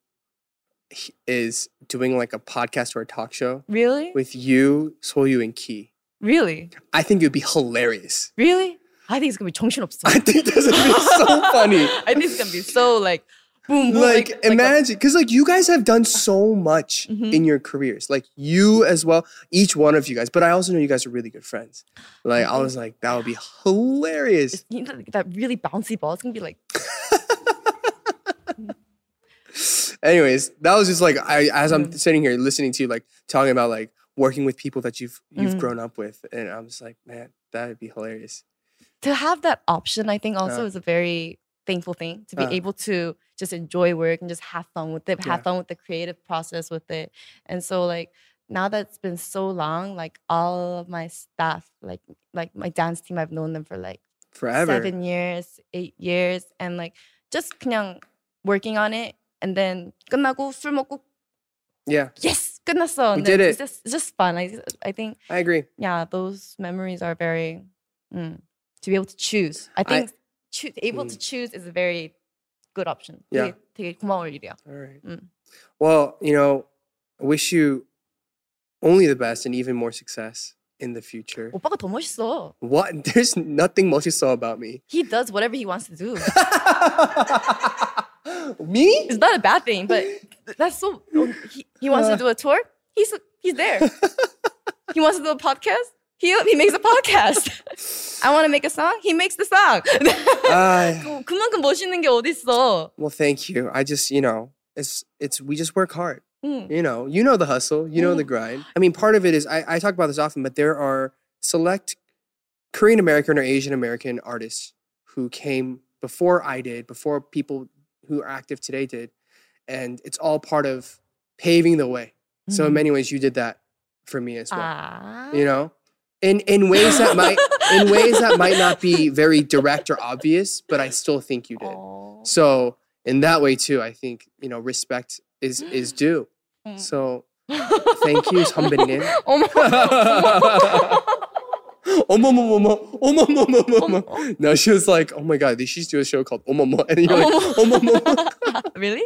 h- is doing like a podcast or a talk show Really? with you, Soyu and Ki. Really? I think it would be hilarious. Really? I think it's gonna be 정신없어. I think this would be so funny. I think it's gonna be so like boom, boom like, a- imagine because like you guys have done so much Mhm. in your careers like you as well each one of you guys but i also know you guys are really good friends like i Mhm. was like that would be hilarious you know, like, that really bouncy ball. It's gonna be like anyways that was just like i as i'm Mhm. sitting here listening to you like talking about like working with people that you've you've Mhm. grown up with and i was like man that'd be hilarious to have that option. I think also Uh. is a very thankful thing to be Uh. able to just enjoy work and just have fun with it, Yeah. have fun with the creative process with it. And so like now that it's been so long, like all of my staff, like like my dance team, I've known them for like forever seven years, eight years, and like just 그냥 working on it. And then 끝나고 술 먹고 yeah yes, 끝났어. We And then did It's it. just, it's just fun. I, I think i agree yeah, those memories are very mm, to be able to choose. I think choo- able to choose is a very good option. Yeah. 되게, 되게 고마울 일이야. all right Mm. well you know i wish you only the best and even more success in the future 오빠가 더 멋있어. What? There's nothing much you saw about me. He does whatever he wants to do. me? It's not a bad thing, but that's so. oh, He, he wants to do a tour. He's he's there. he wants to do a podcast. He he makes a podcast. I want to make a song. He makes the song. Uh, 그- 그만큼 멋있는 게 어딨어? well, thank you. I just, you know, it's it's we just work hard. 응. You know, you know the hustle. You know the Mm. grind. I mean, part of it is I, I talk about this often, but there are select Korean American or Asian American artists who came before I did, before people who are active today did, and it's all part of paving the way. So in many ways, you did that for me as well. 아. you know in in ways that might in ways that might not be very direct or obvious but i still think you did 어. so in that way too i think you know respect is is due Mm. so thank you 선배님 어머. Oh, 어머머머머, 어머머머머머. 어머. no she was like oh my god they should do a show called 어머머 and you're Oh, like "Oh, 어머머 really?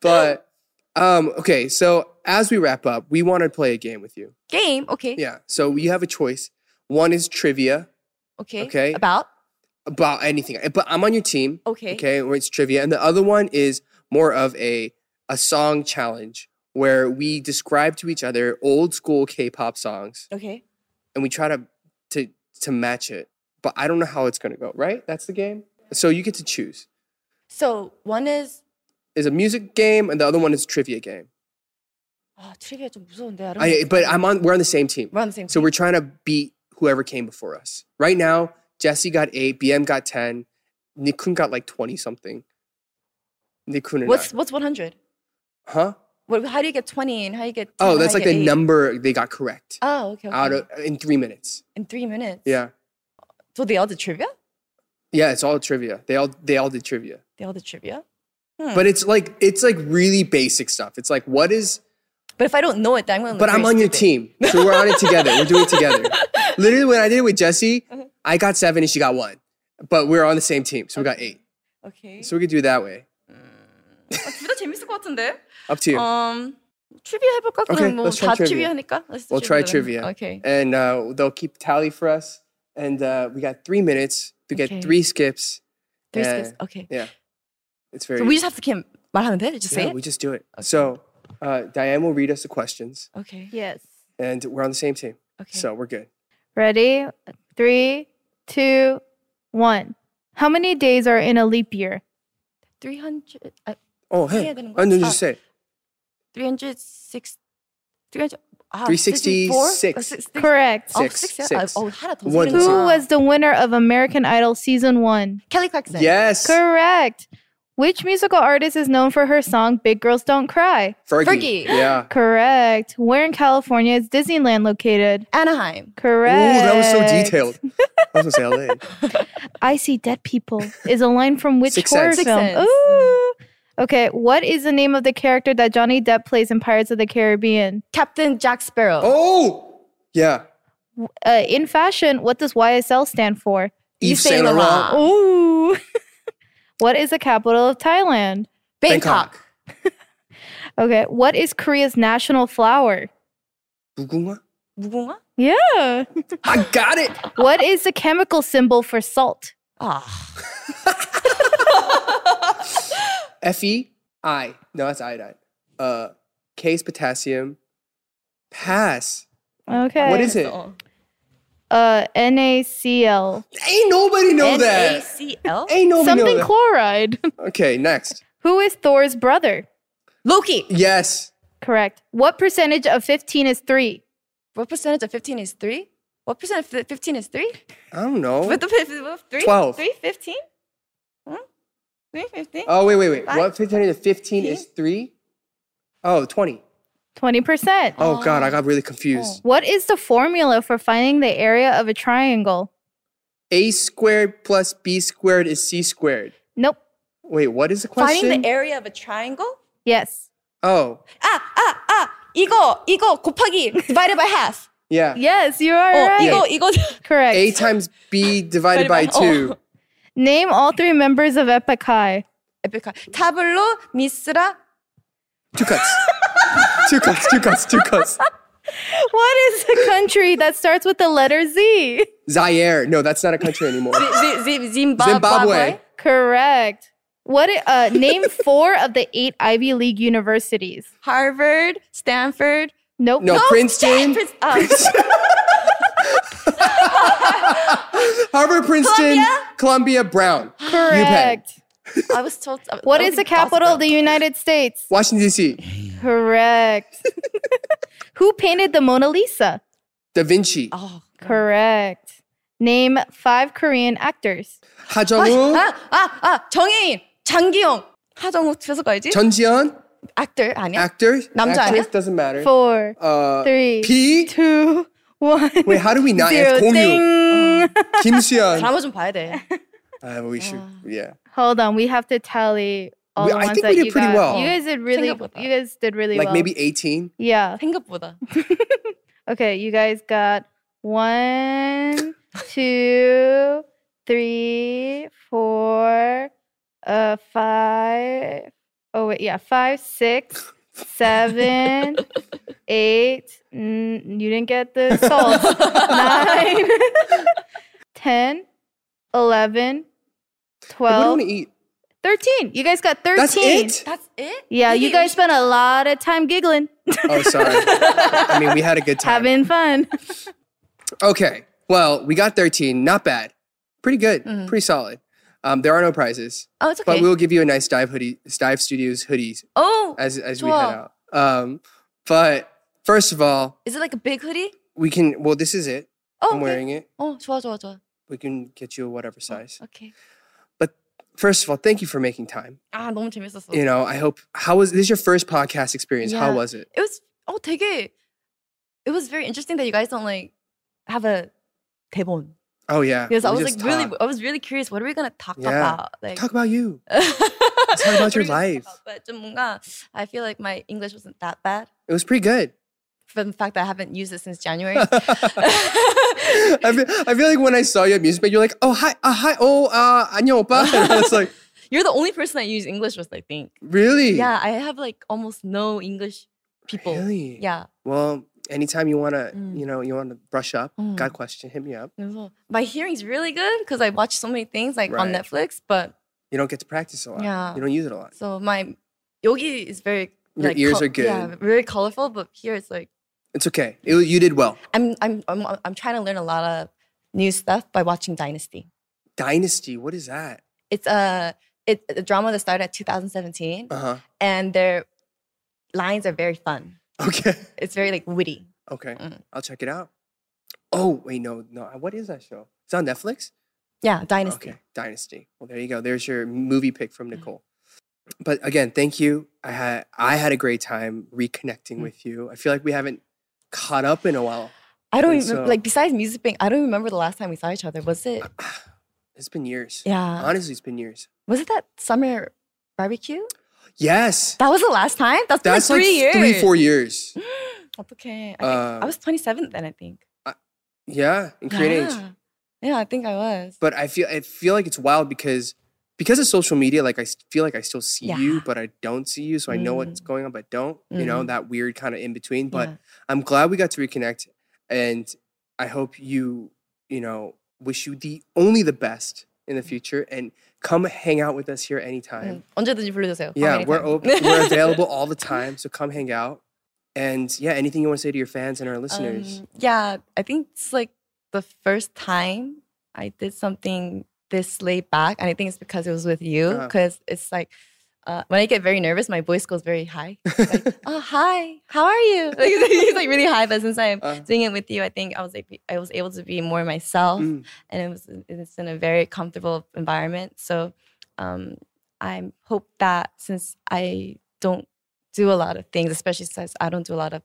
but um okay so as we wrap up we want to play a game with you Game. Okay. yeah so you have a choice one is trivia Okay. Okay. About. about anything. But I'm on your team. Okay. Okay, where it's trivia. And the other one is more of a a song challenge where we describe to each other old school K-pop songs Okay. and we try to to to match it. But I don't know how it's gonna go, right? That's the game. So you get to choose. So one is. Is a music game and the other one is a trivia game. 아 트리비아 좀 무서운데. I don't I, know. but I'm on we're on the same team. We're on the same. So page. we're trying to beat whoever came before us. Right now, Jesse got eight, BM got ten, Nikun got like twenty something. Nikun and I. What's what's 100? Huh? What, how do you get 20 and how do you get? 10, Oh, how that's do like you the get eight? number they got correct Oh, okay. okay. out of in three minutes. in three minutes. Yeah, So they all did trivia. yeah, it's all trivia. They all they all did trivia, They all did trivia. Hmm. but it's like it's like really basic stuff. It's like what is? But if I don't know it, then I'm gonna. look But I'm very on your stupid. team, so we're on it together. We're doing it together. Literally, when I did it with Jesse, Uh-huh. I got seven and she got one, but we're on the same team, so we got eight. Okay. So we could do it that way. 아, 둘다 재밌을 것 같은데. Up to you. Um, 트리비아 해볼까? 그럼 Okay, 뭐 let's try 다 trivia. 트리비아 하니까. Let's do we'll try then. trivia. Okay. And uh, they'll keep tally for us, and uh, we got three minutes to get Okay. three skips. Three Yeah. skills. Okay. Yeah, it's very. So we just have to can 말하면 돼? Just say Yeah, it? we just do it. So uh, Diane will read us the questions, Okay. Yes. and we're on the same team, Okay. so we're good. Ready? Three, two, one. How many days are in a leap year? 300 아, Oh, hey, 해야 I 되는 oh, no, 거야? just say. 306 300 아, 364? 64? 아, six- ah, Uh, six- Correct. 어, Six, six야? oh, six. 아, 어, 하나 더 One, 생긴 Who 거구나. was the winner of American Idol season one? Kelly Clarkson? Yes. Correct. Which musical artist is known for her song Big Girls Don't Cry? Fergie. Fergie. Yeah. Correct. Where in California is Disneyland located? Anaheim. Ooh, Correct. that was so detailed. I was gonna say LA. I see dead people is a line from which Sixth horror Sense. Sixth film? Sense. Ooh. Okay, what is the name of the character that Johnny Depp plays in Pirates of the Caribbean? Captain Jack Sparrow. Oh, yeah. Uh, in fashion, what does YSL stand for? Yves Saint Laurent. Ooh. what is the capital of Thailand? Oh, Bangkok. Okay, what is Korea's national flower? Buguma? Bangkok. Yeah. I got it. what is the chemical symbol for salt? Ah. F E I. No, that's iodine. Uh, case potassium. Pass. Okay. What is it? uh NaCl? Ain't nobody know that. NaCl? Ain't nobody Oh, know Something that. chloride. okay, next. Who is Thor's brother? Loki. Yes. Correct. What percentage of 15 is 3? What percentage of 15 is 3? What percent of fi- 15 is 3? I don't know. With the fif- with 3? Oh. Twelve. 3? 15? Hmm? 3? 15? oh, wait, wait, wait. Five? What 15 to 15 is 3? Oh, 20. 20%. Oh, God, I got really confused. What is the formula for finding the area of a triangle? A squared plus B squared is C squared. Nope. Wait, what is the question? Finding the area of a triangle? Yes. oh, Ah, ah, ah. 이거, 이거 곱하기 divided by half. yeah. Yes, you are 어, right. 이거, 이거. Correct. Oh, A times B divided Divided by by- 2. Name all three members of Epicae. 에픽하. 타블로, 미스라. Two cuts. two cuts, two cuts, two cuts. What is the country that starts with the letter Z? Zaire. No, that's not a country anymore. zi- zi- Zimbabwe. Zimbabwe. Correct. What i- uh, name four of the eight Ivy League universities? Harvard, Stanford. Nope. No, Princeton, Stanford. Ah, Harvard, Princeton, Columbia, Brown, Correct. I was told. What is the capital of the United States? Washington, D.C., Correct. Who painted the Mona Lisa? Da Vinci, Oh. Correct. Name five Korean actors. Ha 아, Jung 아, Woo, 아, 아, 정혜인, 장기영, 하정우 집에서 가야지. Chun Jian, actor 아니야? actor, 남자 actress, 아니야? doesn't matter. Four, uh, three, P. two, one, Wait, how do we not zero. have Kongyu? Ding. Kim Seon. 드라마 좀 봐야 돼. Uh, we should, yeah. Hold on, we have to tally all We- the I ones think that we did you pretty got. well. You guys did really. You 생각보다. guys did really Like well. maybe 18. Yeah. 생각보다. Okay, you guys got one, two, three, four, uh, five. Oh wait, yeah, five, six, seven, eight. N- you didn't get the salt. Nine, ten, eleven, Like, what do you twelve, want to eat? thirteen. You guys got thirteen. That's it? That's it? Yeah, you guys spent a lot of time giggling, Oh, sorry. I mean, we had a good time. having fun. Okay. Well, we got 13. Not bad. Pretty good. Mhm. Pretty solid. Um, there are no prizes, Oh, it's but okay. we'll give you a nice dive hoodie, dive studios hoodies oh, as as we head Cool. out. Um, but first of all, is it like a big hoodie? we can. Well, this is it. Oh, I'm wearing it. 어, 좋아, 좋아, 좋아. We can get you a whatever size. Okay. First of all, thank you for making time. 아, 너무 재밌었어. You know, I hope. How was this? Is your first podcast experience? How Yeah. was it? It was oh 되게 it was very interesting that you guys don't like have a 대본. Oh yeah. Because I we was like just really talked. I was really curious what are we going to talk Yeah. about? Like talk about you. talk about your life. But 좀 뭔가 I feel like my English wasn't that bad It was pretty good. from the fact that I haven't used it since January. I feel, I feel like when I saw you at Music Bank, you're like, oh, hi, uh, hi, oh, uh, 안녕, 오빠. And I was like, You're the only person that used English with, I think. really? Yeah, I have like almost no English people. Really? Yeah. Well, anytime you want to, Mm. you know, you want to brush up, Mm. got a question, hit me up. 그래서 My hearing's really good because I watch so many things like on Right. Netflix, but You don't get to practice a lot. Yeah. You don't use it a lot. so my yogi is very Your like, ears col- are good. Yeah, very colorful, but here it's like It's okay. It, you did well. I'm I'm I'm I'm trying to learn a lot of new stuff by watching Dynasty. Dynasty, what is that? It's a it's a drama that started at 2017 Uh and their lines are very fun. huh. Okay. It's very like witty. Okay. Mm. I'll check it out. Oh, wait, no, no. What is that show? It's on Netflix? Yeah, Dynasty. Mm-hmm. Okay. Dynasty. Well, there you go. There's your movie pick from Nicole. but again, thank you. I had I had a great time reconnecting Mm. with you. I feel like we haven't caught up in a while. I don't think even so. like besides music being. I don't remember the last time we saw each other. Was it? It's been years. Yeah. Honestly, it's been years. Was it that summer barbecue? Yes. That was the last time. That's, been That's like like three years. three, four years. That's okay. I, think I Uh, was 27 then. I think. Yeah, in Korean age. yeah. Yeah, I think I was. But I feel I feel like it's wild because because of social media, like I s- feel like I still see Yeah. Mm. you, but I don't see you. So I know what's going on, but don't. You know, Mhm. that weird kind of in between. But Yeah. I'm glad we got to reconnect. And I hope you, you know, wish you the only the best in Mm-hmm. the future. And come hang out with us here anytime. 응, 언제든지 불러주세요. Yeah, I'm we're Mm, anytime. open. we're available all the time. So come hang out. And yeah, anything you want to say to your fans and our listeners? Um, yeah, I think it's like the first time I did something this laid back, and I think it's because it was with you. Uh-huh. Because it's like uh, when I get very nervous, my voice goes very high. Uh, Like, oh hi, how are you? Like, it's like really high. But since I'm Uh. doing it with you, I think I was like I was able to be more myself, Mm. and it was it's in a very comfortable environment. So um, I hope that since I don't do a lot of things, especially since I don't do a lot of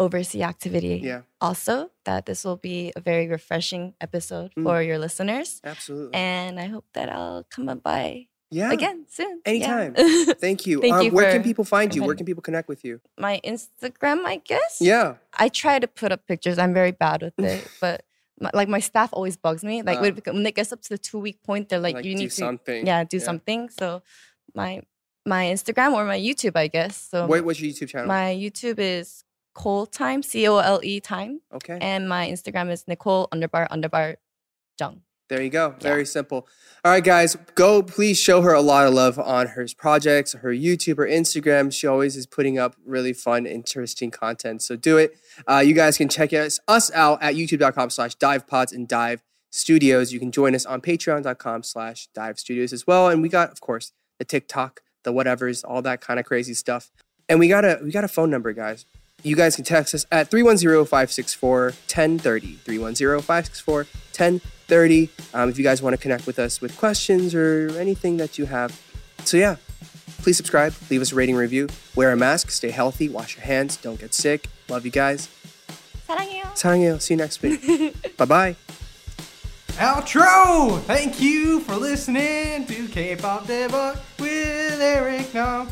overseas activity yeah, also that this will be a very refreshing episode Mm. for your listeners. absolutely. And I hope that I'll come up by yeah, again soon. Yeah. Anytime. Thank you. Thank um, you where can for people find you? Where can inviting people connect with you? My Instagram, I guess. Yeah. I try to put up pictures. I'm very bad with it, but my, like my staff always bugs me. Like Ah. when when it gets up to the two week point, they're like, "You do need to, something. yeah, do something." So my my Instagram or my YouTube, I guess. So What, what's your YouTube channel? my YouTube is Cole Time, C O L E Time, okay. and my Instagram is Nicole underbar underbar Jung. There you go. Very simple. All right, guys, go please show her a lot of love on her projects, her YouTube, her Instagram. She always is putting up really fun, interesting content. So do it. Uh, you guys can check us, us out at youtube.com slash divepods and dive studios. You can join us on patreon.com slash dive studios as well. And we got, of course, the TikTok, the whatevers, all that kind of crazy stuff. And we got a we got a phone number, guys. You guys can text us at 310-564-1030. 310-564-1030. Um, if you guys want to connect with us with questions or anything that you have. So yeah, please subscribe, leave us a rating review, wear a mask, stay healthy, wash your hands, don't get sick. Love you guys. 사랑해요. 사랑해요. See you next week. Bye-bye. Outro! Thank you for listening to K-Pop Debug with Eric Nam.